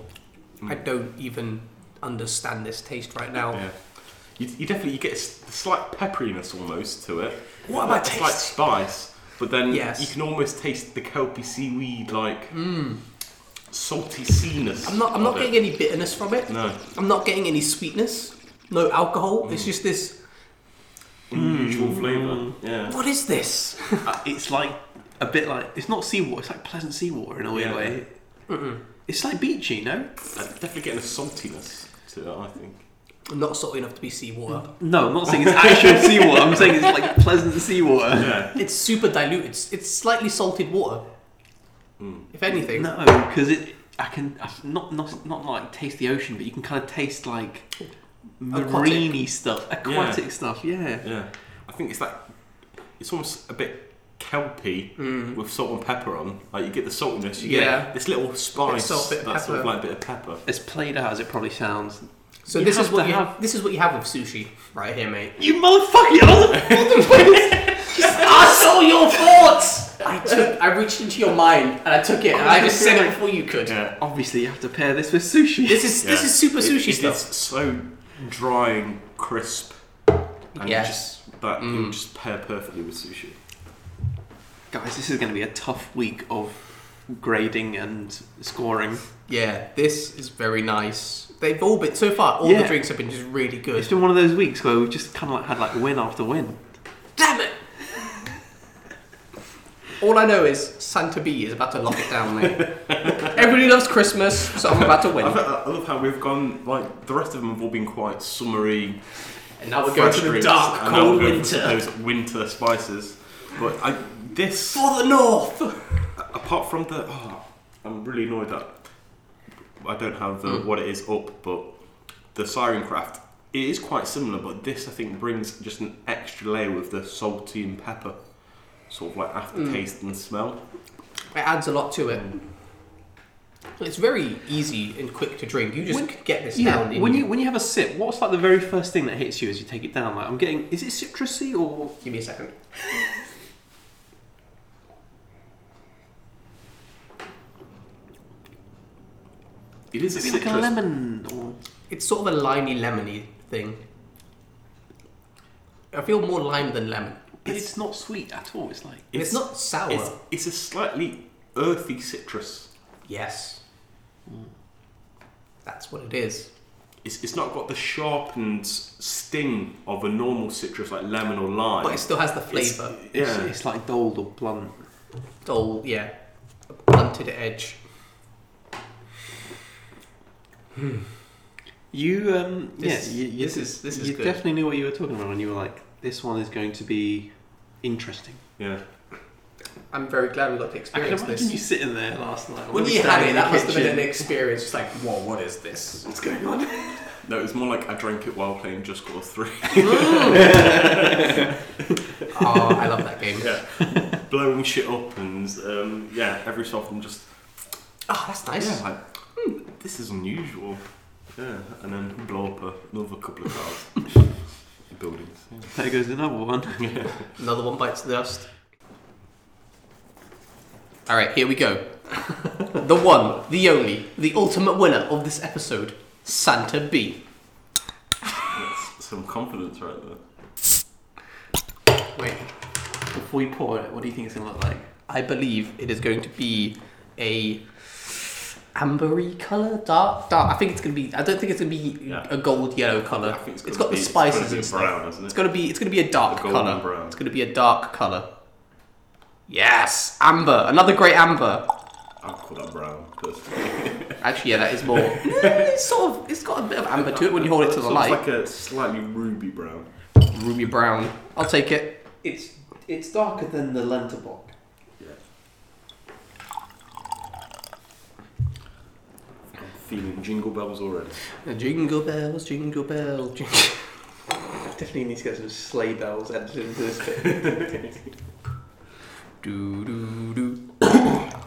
Speaker 2: I don't even understand this taste right now.
Speaker 3: Mm. Yeah. You, you definitely you get a s- slight pepperiness almost to it.
Speaker 2: What am I
Speaker 3: Like a Slight
Speaker 2: tasting?
Speaker 3: spice, but then
Speaker 2: Yes. Mm.
Speaker 3: you can almost taste the kelpy seaweed like salty seeness.
Speaker 2: I'm not. I'm not
Speaker 3: of
Speaker 2: getting
Speaker 3: it.
Speaker 2: any bitterness from it.
Speaker 3: No.
Speaker 2: I'm not getting any sweetness. No alcohol.
Speaker 3: Mm.
Speaker 2: It's just this.
Speaker 3: unusual
Speaker 2: Mm.
Speaker 3: flavour. Yeah.
Speaker 2: What is this?
Speaker 1: Uh, it's like a bit like it's not seawater. It's like pleasant seawater in a weird
Speaker 3: Yeah.
Speaker 1: way. It's like beachy, no?
Speaker 3: I'm Uh, definitely getting a saltiness to it, I think.
Speaker 2: not salty enough to be seawater.
Speaker 1: No, I'm not saying it's actual seawater. I'm saying it's like pleasant seawater.
Speaker 3: Yeah.
Speaker 2: Mm. It's super diluted. It's, it's slightly salted water.
Speaker 3: Mm.
Speaker 2: If anything,
Speaker 1: No, because it. I can I- not not not like taste the ocean, but you can kind of taste like mariney stuff, aquatic stuff. Yeah.
Speaker 3: Yeah. I think it's like it's almost a bit kelpy with salt and pepper on. Like you get the saltiness, you
Speaker 2: Mm. Yeah.
Speaker 3: get this little spice
Speaker 2: salt, bit of
Speaker 3: that's sort of
Speaker 2: pepper.
Speaker 3: like a bit of pepper.
Speaker 1: as played out as it probably sounds.
Speaker 2: so
Speaker 1: You
Speaker 2: this
Speaker 1: have
Speaker 2: is what
Speaker 1: to
Speaker 2: you
Speaker 1: have-
Speaker 2: This is what you have with sushi, right here, mate.
Speaker 1: You motherfucker! You're not
Speaker 2: I saw your thoughts. I took. I reached into your mind and I took it, and I just said it before you could.
Speaker 3: Yeah.
Speaker 1: Obviously, you have to pair this with sushi.
Speaker 2: This is this
Speaker 3: Yeah.
Speaker 2: is super
Speaker 3: It-
Speaker 2: sushi
Speaker 3: it
Speaker 2: stuff.
Speaker 3: is so dry and crisp. And
Speaker 2: Yes. Mm.
Speaker 3: just that it would just pair perfectly with sushi.
Speaker 1: guys, this is going to be a tough week of grading and scoring.
Speaker 2: Yeah, this is very nice. They've all been so far. All
Speaker 1: Yeah.
Speaker 2: the drinks have been just really good.
Speaker 1: It's been one of those weeks where we've just kind of like had like win after win.
Speaker 2: Damn it! All I know is Santa B is about to lock it down, mate. Everybody loves Christmas, so I'm about to
Speaker 3: I,
Speaker 2: win.
Speaker 3: I love how we've gone like the rest of them have all been quite summery,
Speaker 2: And now we're going
Speaker 3: fresh
Speaker 2: to the
Speaker 3: drinks,
Speaker 2: dark,
Speaker 3: and now
Speaker 2: cold
Speaker 3: we're going for
Speaker 2: winter.
Speaker 3: Those winter spices, but I, this
Speaker 2: For the north!
Speaker 3: apart from the, oh, I'm really annoyed that I don't have the
Speaker 1: Hmm.
Speaker 3: what it is up, but the siren craft it is quite similar, but this I think brings just an extra layer with the salty and pepper, sort of
Speaker 1: Hmm.
Speaker 3: like aftertaste and smell.
Speaker 2: It adds a lot to it. It's very easy and quick to drink. You just
Speaker 1: When-
Speaker 2: get this
Speaker 1: Yeah.
Speaker 2: down. in-
Speaker 1: When you when you have a sip, what's like the very first thing that hits you as you take it down? Like I'm getting, is it citrusy or?
Speaker 2: Give me a second.
Speaker 3: It is a
Speaker 1: Maybe like a
Speaker 3: citrus.
Speaker 1: lemon or
Speaker 2: It's sort of a limey lemony thing. I feel more lime than lemon.
Speaker 1: but it's not sweet at all. It's like
Speaker 2: And It's, not sour.
Speaker 3: It's, it's a slightly earthy citrus.
Speaker 2: Yes. Mm. That's what it is.
Speaker 3: It's, it's not got the sharpened sting of a normal citrus like lemon or lime.
Speaker 2: But it still has the flavour.
Speaker 1: it's,
Speaker 3: yeah.
Speaker 1: it's like dulled or blunt.
Speaker 2: Dull, yeah. A blunted edge.
Speaker 1: You um
Speaker 2: This-
Speaker 1: yeah, you, you,
Speaker 2: this is- this is
Speaker 1: you
Speaker 2: good.
Speaker 1: definitely knew what you were talking about when you were like, this one is going to be interesting.
Speaker 3: yeah.
Speaker 2: I'm very glad we got to
Speaker 1: I can
Speaker 2: experience
Speaker 1: imagine you
Speaker 2: this.
Speaker 1: sitting there last night.
Speaker 2: When
Speaker 1: we
Speaker 2: you had
Speaker 1: standing
Speaker 2: it,
Speaker 1: in the
Speaker 2: that must have been
Speaker 1: kitchen.
Speaker 2: an experience. Just like, whoa, what is this? What's going on?
Speaker 3: No, it's more like I drank it while playing Just Cause 3.
Speaker 1: Mm.
Speaker 2: oh, I love that game.
Speaker 3: yeah. Blowing shit up and, um, yeah, every so often just,
Speaker 2: Oh, that's nice.
Speaker 3: yeah, like, hmm, this is unusual. Yeah, and then blow up a- another couple of cars. Buildings.
Speaker 1: There goes another one.
Speaker 2: Another one bites the dust. All right, here we go. the one, the only, the ultimate winner of this episode, Santa B.
Speaker 3: That's some confidence right there.
Speaker 2: Wait,
Speaker 1: Before you pour it, what do you think it's gonna look like?
Speaker 2: I believe it is going to be a ambery color, dark, dark. I think it's gonna be. I don't think it's gonna be
Speaker 3: Yeah.
Speaker 2: a gold yellow color.
Speaker 3: I think
Speaker 2: it's
Speaker 3: gonna
Speaker 2: got the
Speaker 3: be-
Speaker 2: spices
Speaker 3: It's gonna
Speaker 2: and
Speaker 3: be
Speaker 2: stuff.
Speaker 3: brown, isn't it?
Speaker 2: It's gonna be. It's gonna be a dark
Speaker 3: golden
Speaker 2: color.
Speaker 3: brown.
Speaker 2: It's gonna be a dark color. Yes, amber. Another great amber.
Speaker 3: I'll call that brown. But
Speaker 2: Actually, yeah, that is more. it's sort of. It's got a bit of amber to it when you hold it to the
Speaker 3: Sort of
Speaker 2: light.
Speaker 3: like a slightly ruby brown.
Speaker 2: Ruby brown. I'll take it.
Speaker 1: It's it's darker than the Lenterbock.
Speaker 3: Yeah. I'm feeling jingle bells already.
Speaker 2: Jingle bells, jingle bells, jingle.
Speaker 1: Definitely need to get some sleigh bells added into this bit.
Speaker 2: do do do.
Speaker 1: oh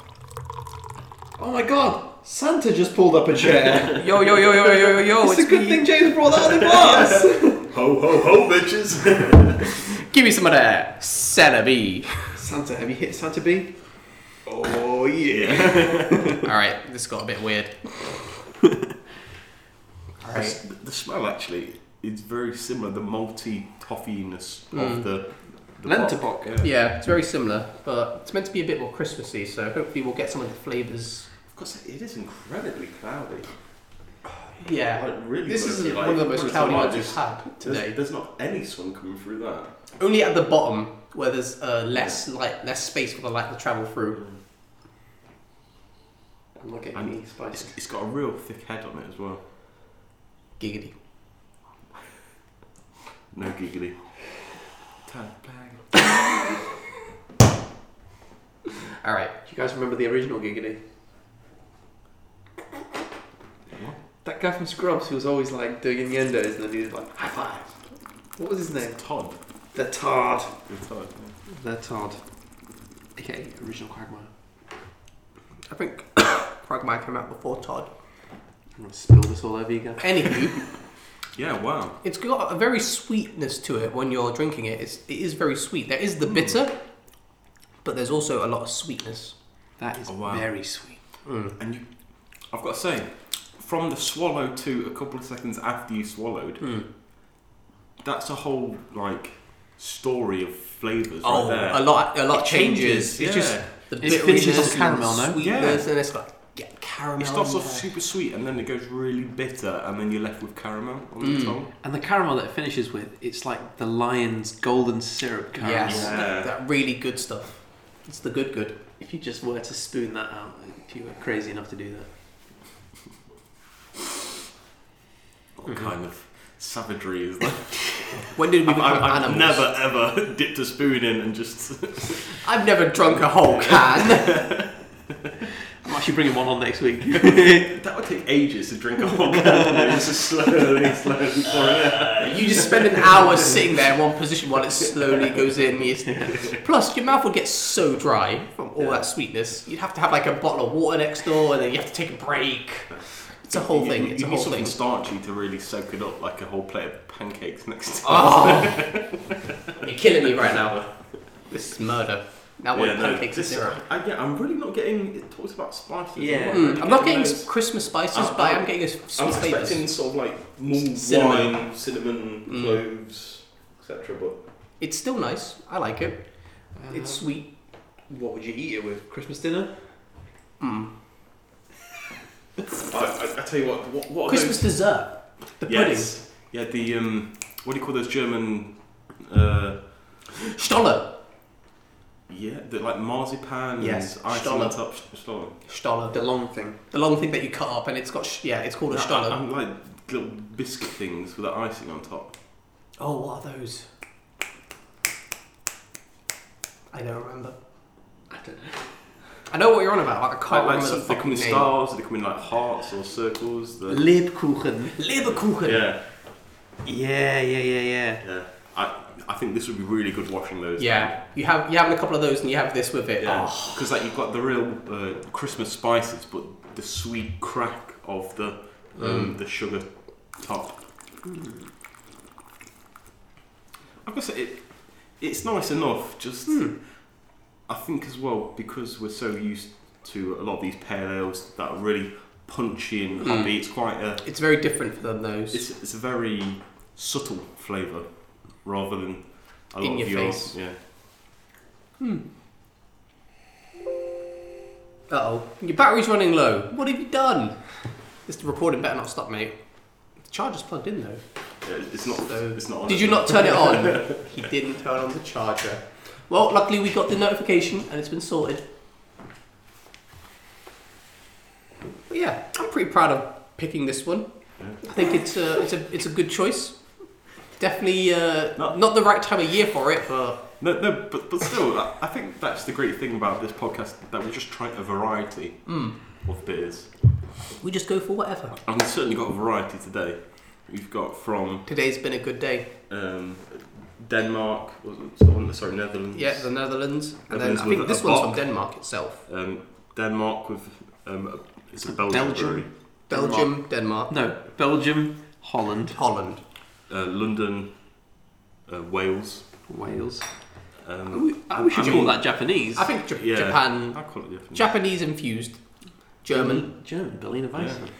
Speaker 1: my god! Santa just pulled up a chair.
Speaker 2: Yo yo yo yo yo yo yo!
Speaker 1: it's a good
Speaker 2: me.
Speaker 1: thing James brought that on the glass.
Speaker 3: Ho ho ho, bitches!
Speaker 2: Give me some of that Santa B.
Speaker 1: Santa, have you hit Santa B?
Speaker 3: oh yeah.
Speaker 2: All right, this got a bit weird. All
Speaker 3: The
Speaker 2: right.
Speaker 3: s- The smell actually is very similar. The malty toffeeness
Speaker 2: Hmm.
Speaker 3: of the, the
Speaker 1: Lenterbock.
Speaker 3: pot. Yeah.
Speaker 2: Yeah, it's very similar, but it's meant to be a bit more Christmassy, so hopefully we'll get some of the flavors
Speaker 3: Because it is incredibly cloudy.
Speaker 2: Yeah.
Speaker 3: Like, really
Speaker 2: This is
Speaker 3: murky,
Speaker 2: one
Speaker 3: like,
Speaker 2: of the most
Speaker 3: it's
Speaker 2: cloudy
Speaker 3: like
Speaker 2: ones we've
Speaker 3: just-
Speaker 2: had
Speaker 3: there's-
Speaker 2: today.
Speaker 3: There's not any sun coming through that.
Speaker 2: Only at the bottom where there's uh, less light, less space for the light to travel through.
Speaker 1: I'm not getting
Speaker 3: I'm-
Speaker 1: any spices.
Speaker 3: it's got a real thick head on it as well.
Speaker 2: Giggity.
Speaker 3: No giggly.
Speaker 2: All right.
Speaker 1: Do you guys remember the original Giggity?
Speaker 3: What?
Speaker 1: That guy from Scrubs who was always like doing innuendos and then he was like, high five. What was his name?
Speaker 3: Todd.
Speaker 1: The Todd.
Speaker 3: It's Todd.
Speaker 1: The Todd. Okay, original Quagmire.
Speaker 2: I think Quagmire came out before Todd.
Speaker 1: I'm gonna spill this all over you guys.
Speaker 2: Anywho,
Speaker 3: Yeah, wow.
Speaker 2: it's got a very sweetness to it when you're drinking it. It's, it is very sweet. There is the bitter, but there's also a lot of sweetness.
Speaker 1: That is
Speaker 3: Oh, wow.
Speaker 1: very sweet.
Speaker 2: Hmm.
Speaker 3: And you, I've got to say, from the swallow to a couple of seconds after you swallowed,
Speaker 2: Hmm.
Speaker 3: that's a whole like story of flavors
Speaker 2: Oh,
Speaker 3: right there.
Speaker 2: a lot, a lot
Speaker 3: It
Speaker 2: changes.
Speaker 3: changes,
Speaker 2: It's just
Speaker 3: yeah.
Speaker 2: the
Speaker 1: It's finished
Speaker 2: bitterness,
Speaker 1: on caramel, no?
Speaker 2: sweetness,
Speaker 3: Yeah.
Speaker 2: and it's got yeah, caramel.
Speaker 3: It starts
Speaker 2: in
Speaker 3: off
Speaker 2: there.
Speaker 3: super sweet and then it goes really bitter and then you're left with caramel on
Speaker 2: Hmm.
Speaker 3: the tongue.
Speaker 1: And the caramel that it finishes with, it's like the lion's golden syrup caramel.
Speaker 2: Yes,
Speaker 3: Yeah.
Speaker 2: that, that really good stuff. It's the good good.
Speaker 1: If you just were to spoon that out, if you were crazy enough to do that.
Speaker 3: What
Speaker 2: Mm-hmm.
Speaker 3: kind of savagery is that?
Speaker 2: When did we
Speaker 3: I've,
Speaker 2: become
Speaker 3: I've- I've
Speaker 2: animals?
Speaker 3: never ever dipped a spoon in and just.
Speaker 2: I've never drunk a whole can.
Speaker 1: I'm actually bringing one on next week.
Speaker 3: that would take ages to drink a whole can. and It's just slowly, slowly pouring out.
Speaker 2: you just spend an hour sitting there in one position while it slowly goes in. You just- Plus, your mouth would get so dry from all that sweetness. You'd have to have like a bottle of water next door, and then you have to take a break. It's a whole
Speaker 3: You-
Speaker 2: thing.
Speaker 3: You,
Speaker 2: It's a whole
Speaker 3: you need something
Speaker 2: thing.
Speaker 3: starchy to really soak it up, like a whole plate of pancakes next to
Speaker 2: Oh, you're killing me right now. This is murder. Now one
Speaker 3: Yeah, no,
Speaker 2: pancakes
Speaker 3: this-
Speaker 2: and syrup.
Speaker 3: I, yeah, I'm really not getting. It talks about spices.
Speaker 1: Yeah.
Speaker 2: Mm,
Speaker 3: not really
Speaker 2: I'm not getting
Speaker 3: those-
Speaker 2: Christmas spices,
Speaker 3: I'm-
Speaker 2: but I am
Speaker 3: I'm-
Speaker 2: getting those
Speaker 3: I'm
Speaker 2: sweet flavors.
Speaker 3: expecting sort of like mulled
Speaker 2: Cinnamon.
Speaker 3: wine, cinnamon,
Speaker 2: Mm.
Speaker 3: cloves, etc. But
Speaker 2: It's still nice. I like it.
Speaker 3: Uh-huh.
Speaker 2: It's sweet.
Speaker 1: what would you eat it with? Christmas dinner?
Speaker 2: Mm.
Speaker 3: I, I, I tell you what, what, what are
Speaker 2: Christmas dessert. The
Speaker 3: those? Yes. Yeah, the um, what do you call those German? Uh,
Speaker 2: pudding. Stoller.
Speaker 3: yeah, the, like marzipan.
Speaker 2: Yes,
Speaker 3: and icing
Speaker 2: Stoller.
Speaker 3: on top. Stoller.
Speaker 2: Stoller.
Speaker 1: The
Speaker 2: The,
Speaker 1: long thing.
Speaker 2: the long thing that you cut up and it's got, sh- yeah, it's called a
Speaker 3: I-
Speaker 2: stoller.
Speaker 3: I'm like little biscuit things with the icing on top.
Speaker 2: Oh, what are those? I don't remember.
Speaker 1: I don't know.
Speaker 2: I know what you're on about. but I can't
Speaker 3: like,
Speaker 2: remember
Speaker 3: some-
Speaker 2: the
Speaker 3: they come
Speaker 2: fucking
Speaker 3: in
Speaker 2: name.
Speaker 3: stars. They come in like hearts or circles. The,
Speaker 1: Lebkuchen.
Speaker 2: Leberkuchen.
Speaker 3: yeah,
Speaker 1: Yeah, yeah, yeah, yeah.
Speaker 3: yeah. I, I think this would be really good washing those.
Speaker 2: Yeah. You have you having a couple of those and you have this with it.
Speaker 3: Yeah,
Speaker 2: Oh,
Speaker 3: because like you've got the real uh, Christmas spices, but the sweet crack of the um,
Speaker 2: Mm.
Speaker 3: the sugar top. I've got to say, it, it's nice enough. Just
Speaker 2: Hmm.
Speaker 3: I think as well because we're so used to a lot of these pale ales that are really punchy and
Speaker 2: Mm.
Speaker 3: hoppy. It's quite a
Speaker 2: it's very different than those.
Speaker 3: it's, it's a very subtle flavour rather than a lot
Speaker 2: In
Speaker 3: of
Speaker 2: your
Speaker 3: your
Speaker 2: face.
Speaker 3: yeah.
Speaker 2: Uh oh, your battery's running low. What have you done? This recording better not stop, mate. The charger's plugged in though.
Speaker 3: Yeah, It's not.
Speaker 2: So-
Speaker 3: it's not. on
Speaker 2: Did
Speaker 3: it.
Speaker 2: you not turn it on? he didn't turn on the charger. Well, luckily we got the notification and it's been sorted. But yeah, I'm pretty proud of picking this one. I think it's a, it's a, it's a good choice. Definitely uh,
Speaker 3: No.
Speaker 2: not the right time of year for it, but
Speaker 3: No, no, but, but still, I I think that's the great thing about this podcast that we're just trying a variety
Speaker 2: Hmm.
Speaker 3: of beers.
Speaker 2: we just go for whatever.
Speaker 3: And we've certainly got a variety today. We've got from
Speaker 2: Today's been a good day.
Speaker 3: um, Denmark, was it- sorry, sorry, Netherlands.
Speaker 2: Yeah, the Netherlands. And then
Speaker 3: Netherlands
Speaker 2: I
Speaker 3: with
Speaker 2: think
Speaker 3: a
Speaker 2: this one's from
Speaker 3: block.
Speaker 2: Denmark itself.
Speaker 3: Um, Denmark with um, a- it's a Belgian,
Speaker 1: Belgium.
Speaker 3: brewery.
Speaker 2: Belgium, Denmark,
Speaker 1: No, Belgium, Holland,
Speaker 2: Holland.
Speaker 3: Uh, London, uh, Wales.
Speaker 1: Wales.
Speaker 3: Um,
Speaker 1: We, uh, we should
Speaker 3: I
Speaker 1: call
Speaker 3: mean-
Speaker 1: that Japanese.
Speaker 2: I think J-
Speaker 3: Yeah.
Speaker 2: Japan,
Speaker 3: I call it different.
Speaker 2: Japanese infused,
Speaker 3: Mm.
Speaker 2: German.
Speaker 1: German, Berliner Weisse.
Speaker 3: Yeah.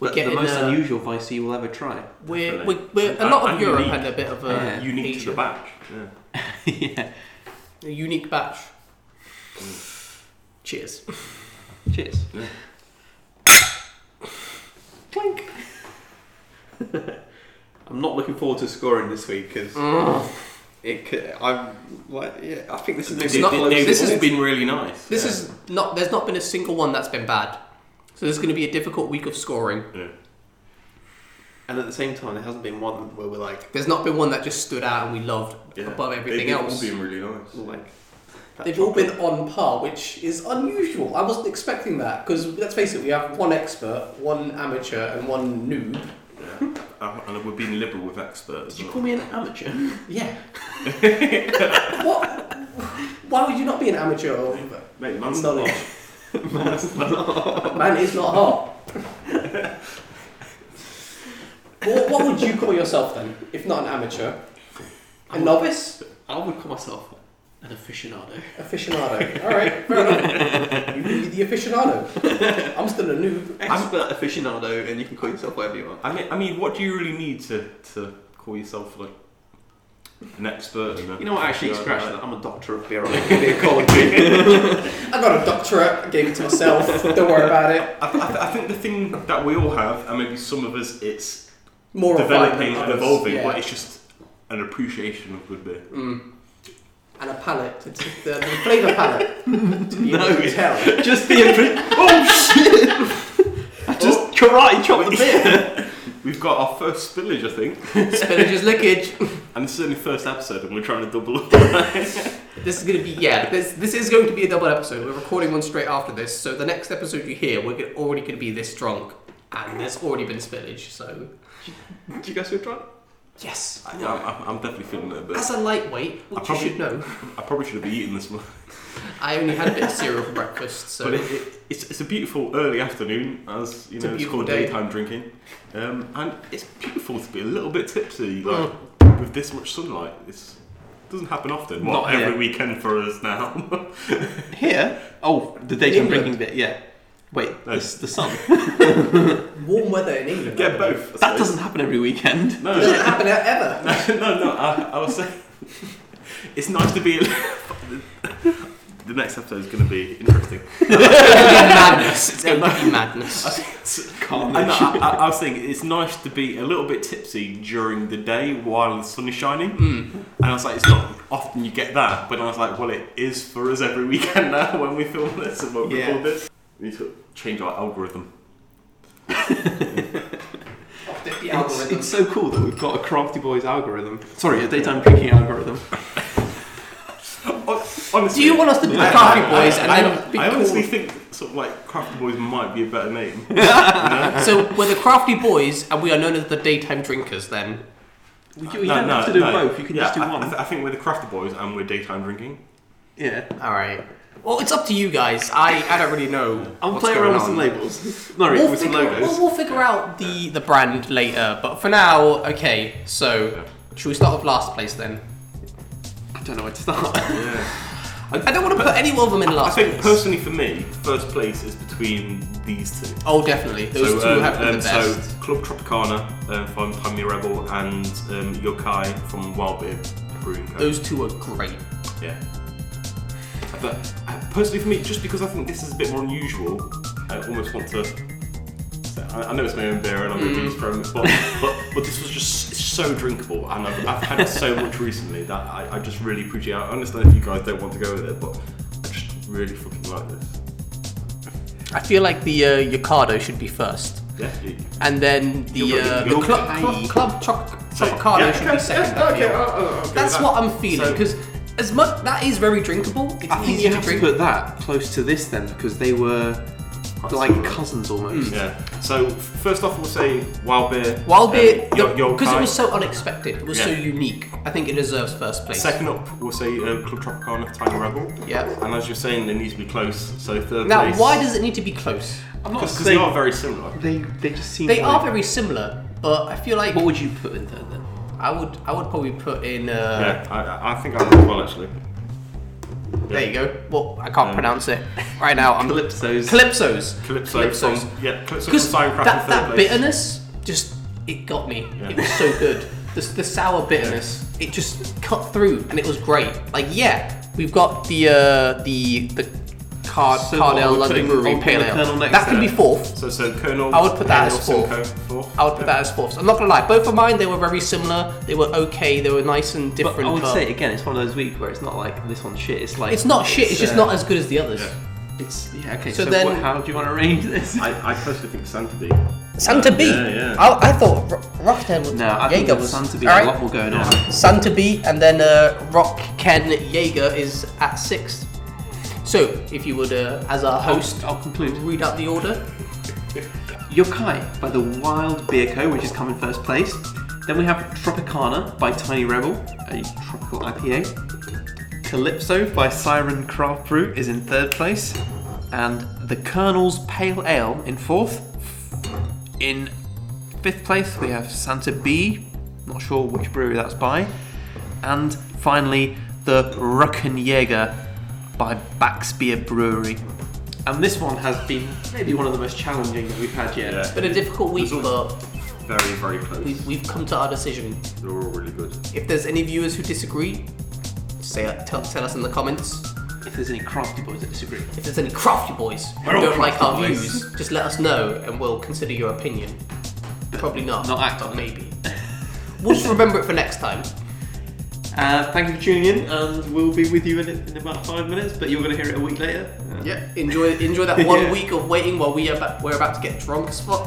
Speaker 2: We're
Speaker 1: The- the
Speaker 2: getting
Speaker 1: most
Speaker 2: uh,
Speaker 1: unusual Weisse you will ever try.
Speaker 2: We're,
Speaker 3: Definitely.
Speaker 2: we're, we're a lot
Speaker 3: And-
Speaker 2: of
Speaker 3: and
Speaker 2: Europe
Speaker 3: unique.
Speaker 2: and a bit of uh,
Speaker 1: Yeah.
Speaker 3: Unique
Speaker 2: Asia.
Speaker 3: to the batch. Yeah.
Speaker 1: yeah.
Speaker 3: Mm.
Speaker 2: A unique batch. Cheers.
Speaker 1: Cheers. I'm not looking forward to scoring this week because it. Could, I'm like, yeah. I think this is
Speaker 2: It's
Speaker 1: maybe
Speaker 2: not-
Speaker 1: the closest
Speaker 2: this is-
Speaker 1: one.
Speaker 3: has been really nice.
Speaker 2: This is not. There's not been a single one that's been bad. So this is going to be a difficult week of scoring.
Speaker 3: Yeah.
Speaker 1: and at the same time, there hasn't been one where we're like,
Speaker 2: There's not been one that just stood out and we loved
Speaker 3: Yeah.
Speaker 2: above everything
Speaker 3: They've
Speaker 2: else.
Speaker 3: all been really nice.
Speaker 1: like. that
Speaker 2: They've all been on par, which is unusual. I wasn't expecting that because let's face it, we have one expert, one amateur, and one noob.
Speaker 3: Yeah. Uh, and we've been liberal with experts.
Speaker 1: Did you call me an amateur?
Speaker 2: Yeah. what? Why would you not be an amateur? Or
Speaker 3: Mate, man's
Speaker 2: knowledge?
Speaker 1: That's not-
Speaker 2: Man is not hot. what, what would you call yourself then, if not an amateur? A novice?
Speaker 1: I would call myself an aficionado.
Speaker 2: Aficionado. Alright, fair enough. You can be the aficionado. I'm still a noob.
Speaker 1: Expert aficionado, and you can call yourself whatever you want.
Speaker 3: I mean, I mean, what do you really need to, to call yourself like an expert? And a
Speaker 1: You know what? Actually,
Speaker 3: Yeah,
Speaker 1: scratch
Speaker 3: like-
Speaker 1: that. I'm a doctor of beer. Oh. I'm gonna call it.
Speaker 2: I got a doctorate, I gave it to myself, don't worry about it.
Speaker 3: I, I, I think the thing that we all have, and maybe some of us, it's
Speaker 2: More
Speaker 3: developing
Speaker 2: refined
Speaker 3: and
Speaker 2: than others,
Speaker 3: evolving,
Speaker 2: yeah.
Speaker 3: but it's just an appreciation of good beer.
Speaker 2: Mm. And a palette. It's the, the flavour palette. to be able
Speaker 1: No,
Speaker 2: to
Speaker 1: it's-
Speaker 2: tell.
Speaker 1: Just the imprint. Oh shit! I just
Speaker 2: Oh.
Speaker 1: karate chopped the beer.
Speaker 3: We've got our first spillage, I think,
Speaker 2: Spillage is lickage.
Speaker 3: and it's certainly first episode, and we're trying to double up.
Speaker 2: This is going to be yeah. This this is going to be a double episode. We're recording one straight after this, so the next episode you hear, we're gonna- already going to be this drunk, and there's already been spillage. So
Speaker 1: Do you guys feel drunk?
Speaker 2: yes,
Speaker 3: Yeah, I'm, I'm- I'm definitely feeling it a bit.
Speaker 2: as a lightweight,
Speaker 3: I
Speaker 2: which you
Speaker 3: probably-
Speaker 2: should know,
Speaker 3: I probably should have been eating this one.
Speaker 2: I only had a bit of cereal for breakfast.
Speaker 3: But
Speaker 2: So
Speaker 3: it, it, it's, it's a beautiful early afternoon, as you
Speaker 2: It's a
Speaker 3: know, it's
Speaker 2: beautiful
Speaker 3: called
Speaker 2: day.
Speaker 3: daytime drinking. Um, and it's beautiful to be a little bit tipsy, like
Speaker 2: Mm.
Speaker 3: with this much sunlight. It's doesn't happen often.
Speaker 1: Not
Speaker 3: Well, every
Speaker 1: here.
Speaker 3: weekend for us now.
Speaker 1: Here? Oh, the daytime
Speaker 2: England.
Speaker 1: drinking bit. Yeah. Wait,
Speaker 3: No.
Speaker 1: it's the sun.
Speaker 2: warm weather in England.
Speaker 3: Get both.
Speaker 1: That doesn't happen every weekend.
Speaker 3: No,
Speaker 2: doesn't
Speaker 3: no,
Speaker 2: happen e-, ever.
Speaker 3: no, no. I, I was saying, it's nice to be. the next episode is going to be interesting.
Speaker 2: madness. It's going to be madness.
Speaker 1: Can't.
Speaker 3: I, know, I, I, I was saying it's nice to be a little bit tipsy during the day while the sun is shining.
Speaker 2: Mm.
Speaker 3: And I was like, it's not often you get that, but I was like, well, it is for us every weekend now when we film this and when we
Speaker 1: Yeah.
Speaker 3: record this. We need to change our algorithm.
Speaker 2: Off the- the
Speaker 1: It's,
Speaker 2: algorithm.
Speaker 1: it's so cool that we've got a Crafty Boys algorithm. Sorry, a daytime drinking algorithm.
Speaker 3: Honestly,
Speaker 2: Do you want us to do
Speaker 3: I-
Speaker 2: Crafty
Speaker 3: I-
Speaker 2: Boys
Speaker 3: I-
Speaker 2: and
Speaker 3: I,
Speaker 2: then be
Speaker 3: I honestly
Speaker 2: called-
Speaker 3: think sort of like Crafty Boys might be a better name.
Speaker 2: So we're the crafty boys, and we are known as the daytime drinkers. Then
Speaker 1: You, you don't have to do both. You can
Speaker 3: Yeah,
Speaker 1: just do
Speaker 3: I,
Speaker 1: one.
Speaker 3: I, th- I think we're the Crafty Boys and we're daytime drinking.
Speaker 1: yeah.
Speaker 2: all right. Well, it's up to you guys. I, I don't really know.
Speaker 1: I'll
Speaker 2: what's
Speaker 1: play
Speaker 2: going
Speaker 1: around with
Speaker 2: on.
Speaker 1: some labels. No,
Speaker 2: We'll
Speaker 1: with some
Speaker 2: figure,
Speaker 1: logos.
Speaker 2: We'll, we'll figure out the, the brand later, but for now, okay, so should we start with last place then?
Speaker 1: I don't know where to start.
Speaker 3: Yeah.
Speaker 2: I don't want to put any of them in
Speaker 3: I
Speaker 2: last
Speaker 3: think
Speaker 2: place.
Speaker 3: personally for me, first place is between these two.
Speaker 2: Oh, definitely. Those two
Speaker 3: um,
Speaker 2: have been
Speaker 3: um,
Speaker 2: the best.
Speaker 3: So Club Tropicana um, from Pammy Rebel and um, Yokai from Wild Beer Brewing Co.
Speaker 2: Those two are great.
Speaker 3: Yeah. But uh, personally, for me, just because I think this is a bit more unusual, I almost want to. I, I know it's my own beer and I'm
Speaker 2: Mm.
Speaker 3: going to use from it, but, but but this was just so drinkable, and I've, I've had so much recently that I, I just really appreciate. it. I understand if you guys don't want to go with it, but I just really fucking like this.
Speaker 2: I feel like the uh, Yocado should be first,
Speaker 3: Yeah. you-
Speaker 2: and then the,
Speaker 3: Yokai-
Speaker 2: uh, the
Speaker 3: Yokai.
Speaker 2: club, club, club Choc-
Speaker 3: so-
Speaker 2: Tropicana
Speaker 3: yeah,
Speaker 2: should
Speaker 3: okay,
Speaker 2: be second.
Speaker 3: yeah,
Speaker 2: I
Speaker 3: okay,
Speaker 2: feel.
Speaker 3: I'll- I'll- I'll go
Speaker 2: That's
Speaker 3: with
Speaker 2: what
Speaker 3: that.
Speaker 2: I'm feeling
Speaker 3: So-
Speaker 2: because as much that is very drinkable. It's
Speaker 1: I think
Speaker 2: easy
Speaker 1: you
Speaker 2: to
Speaker 1: have to
Speaker 2: drink.
Speaker 1: put that close to this then, because they were
Speaker 3: Quite Hmm.
Speaker 1: like
Speaker 3: similar.
Speaker 1: cousins almost.
Speaker 3: Yeah. So f- first off, we'll say wild beer.
Speaker 2: Wild beer,
Speaker 3: um, yo- yo-
Speaker 2: because it
Speaker 3: kai.
Speaker 2: was so unexpected, it was so
Speaker 3: Yeah.
Speaker 2: unique. I think it deserves first place.
Speaker 3: Second up, we'll say uh, Club Tropicana, Tiny Rebel.
Speaker 2: Yeah.
Speaker 3: And as you're saying, they need to be close. So third
Speaker 2: Now,
Speaker 3: place.
Speaker 2: why does it need to be close?
Speaker 1: I'm not
Speaker 3: Because they are
Speaker 1: saying
Speaker 3: very similar.
Speaker 1: they they just seem.
Speaker 2: They
Speaker 1: like-
Speaker 2: are very similar, but I feel like
Speaker 1: What would you put in there then?
Speaker 2: I would I would probably put in. Uh,
Speaker 3: Yeah, I- I, I think I would as well actually.
Speaker 2: There you go. Well, I can't
Speaker 3: Um,
Speaker 2: pronounce it right now. I'm
Speaker 1: Calypsos.
Speaker 2: Calypsos.
Speaker 3: Calypso
Speaker 2: Calypsos.
Speaker 3: from yeah, Calypso from
Speaker 2: Because
Speaker 3: Sirecraft in
Speaker 2: that,
Speaker 3: third
Speaker 2: that
Speaker 3: place.
Speaker 2: bitterness just it got me.
Speaker 3: Yeah.
Speaker 2: It was so good. The, the sour bitterness it just cut through and it was great. Like yeah, we've got the uh, the the Card,
Speaker 1: So what,
Speaker 2: Cardell
Speaker 1: we're
Speaker 2: London
Speaker 1: putting-
Speaker 2: Brewery
Speaker 1: we're putting
Speaker 2: Pale Ale.
Speaker 1: Colonel next
Speaker 2: That can
Speaker 1: to
Speaker 2: be
Speaker 1: it.
Speaker 2: fourth.
Speaker 3: So, so Colonel.
Speaker 2: I would put that
Speaker 3: Colonel
Speaker 2: as fourth.
Speaker 3: Simcoe, fourth.
Speaker 2: I would put that as fourth. I'm not gonna lie, both of mine they were very similar. They were okay. They were nice and
Speaker 1: But
Speaker 2: different.
Speaker 1: I would
Speaker 2: but
Speaker 1: say again, it's one of those weeks where it's not like this one's shit. It's like
Speaker 2: it's not shit. It's, just
Speaker 1: uh,
Speaker 2: not as good as the others.
Speaker 1: It's yeah okay.
Speaker 2: So
Speaker 1: So,
Speaker 2: then-
Speaker 1: what, how do you want to arrange this?
Speaker 3: I, I personally think Santa B.
Speaker 2: Santa B. I
Speaker 3: Yeah, yeah.
Speaker 2: I, I thought Ro- Rockhead was.
Speaker 1: no, I think
Speaker 2: Jaeger
Speaker 1: there's
Speaker 2: was.
Speaker 1: Santa to be
Speaker 2: All
Speaker 1: a
Speaker 2: right.
Speaker 1: lot more going on.
Speaker 2: Santa B, and then uh, Rock Ken Jaeger is at sixth. So if you would, uh, as our host,
Speaker 1: Oh, I'll conclude.
Speaker 2: read out the order.
Speaker 1: Yokai by the Wild Beer Co, which has come in first place. Then we have Tropicana by Tiny Rebel, a tropical IPA. Calypso by Siren Craft Brew is in third place. And the Colonel's Pale Ale in fourth. In fifth place, we have Santa B, not sure which brewery that's by. And finally, the Ruckenjäger by Baxbeer Brewery. And this one has been maybe one of the most challenging that we've had yet.
Speaker 3: Yeah.
Speaker 2: It's been a difficult week, but
Speaker 3: Very, very close.
Speaker 2: we've, we've come to our decision.
Speaker 3: They're all really good.
Speaker 2: If there's any viewers who disagree, say uh, tell, tell us in the comments.
Speaker 1: If there's any crafty boys that disagree,
Speaker 2: If there's any crafty boys who
Speaker 1: We're all
Speaker 2: don't like our
Speaker 1: crafty boys.
Speaker 2: views, just let us know and we'll consider your opinion. Probably not.
Speaker 1: not act
Speaker 2: but
Speaker 1: on it.
Speaker 2: Maybe. we'll just remember it for next time.
Speaker 1: uh, thank you for tuning in, and we'll be with you in, in about five minutes. But you're going to hear it a week later.
Speaker 2: Yeah. Enjoy enjoy that one
Speaker 1: Yeah.
Speaker 2: week of waiting while we are ba- we're about to get drunk as fuck.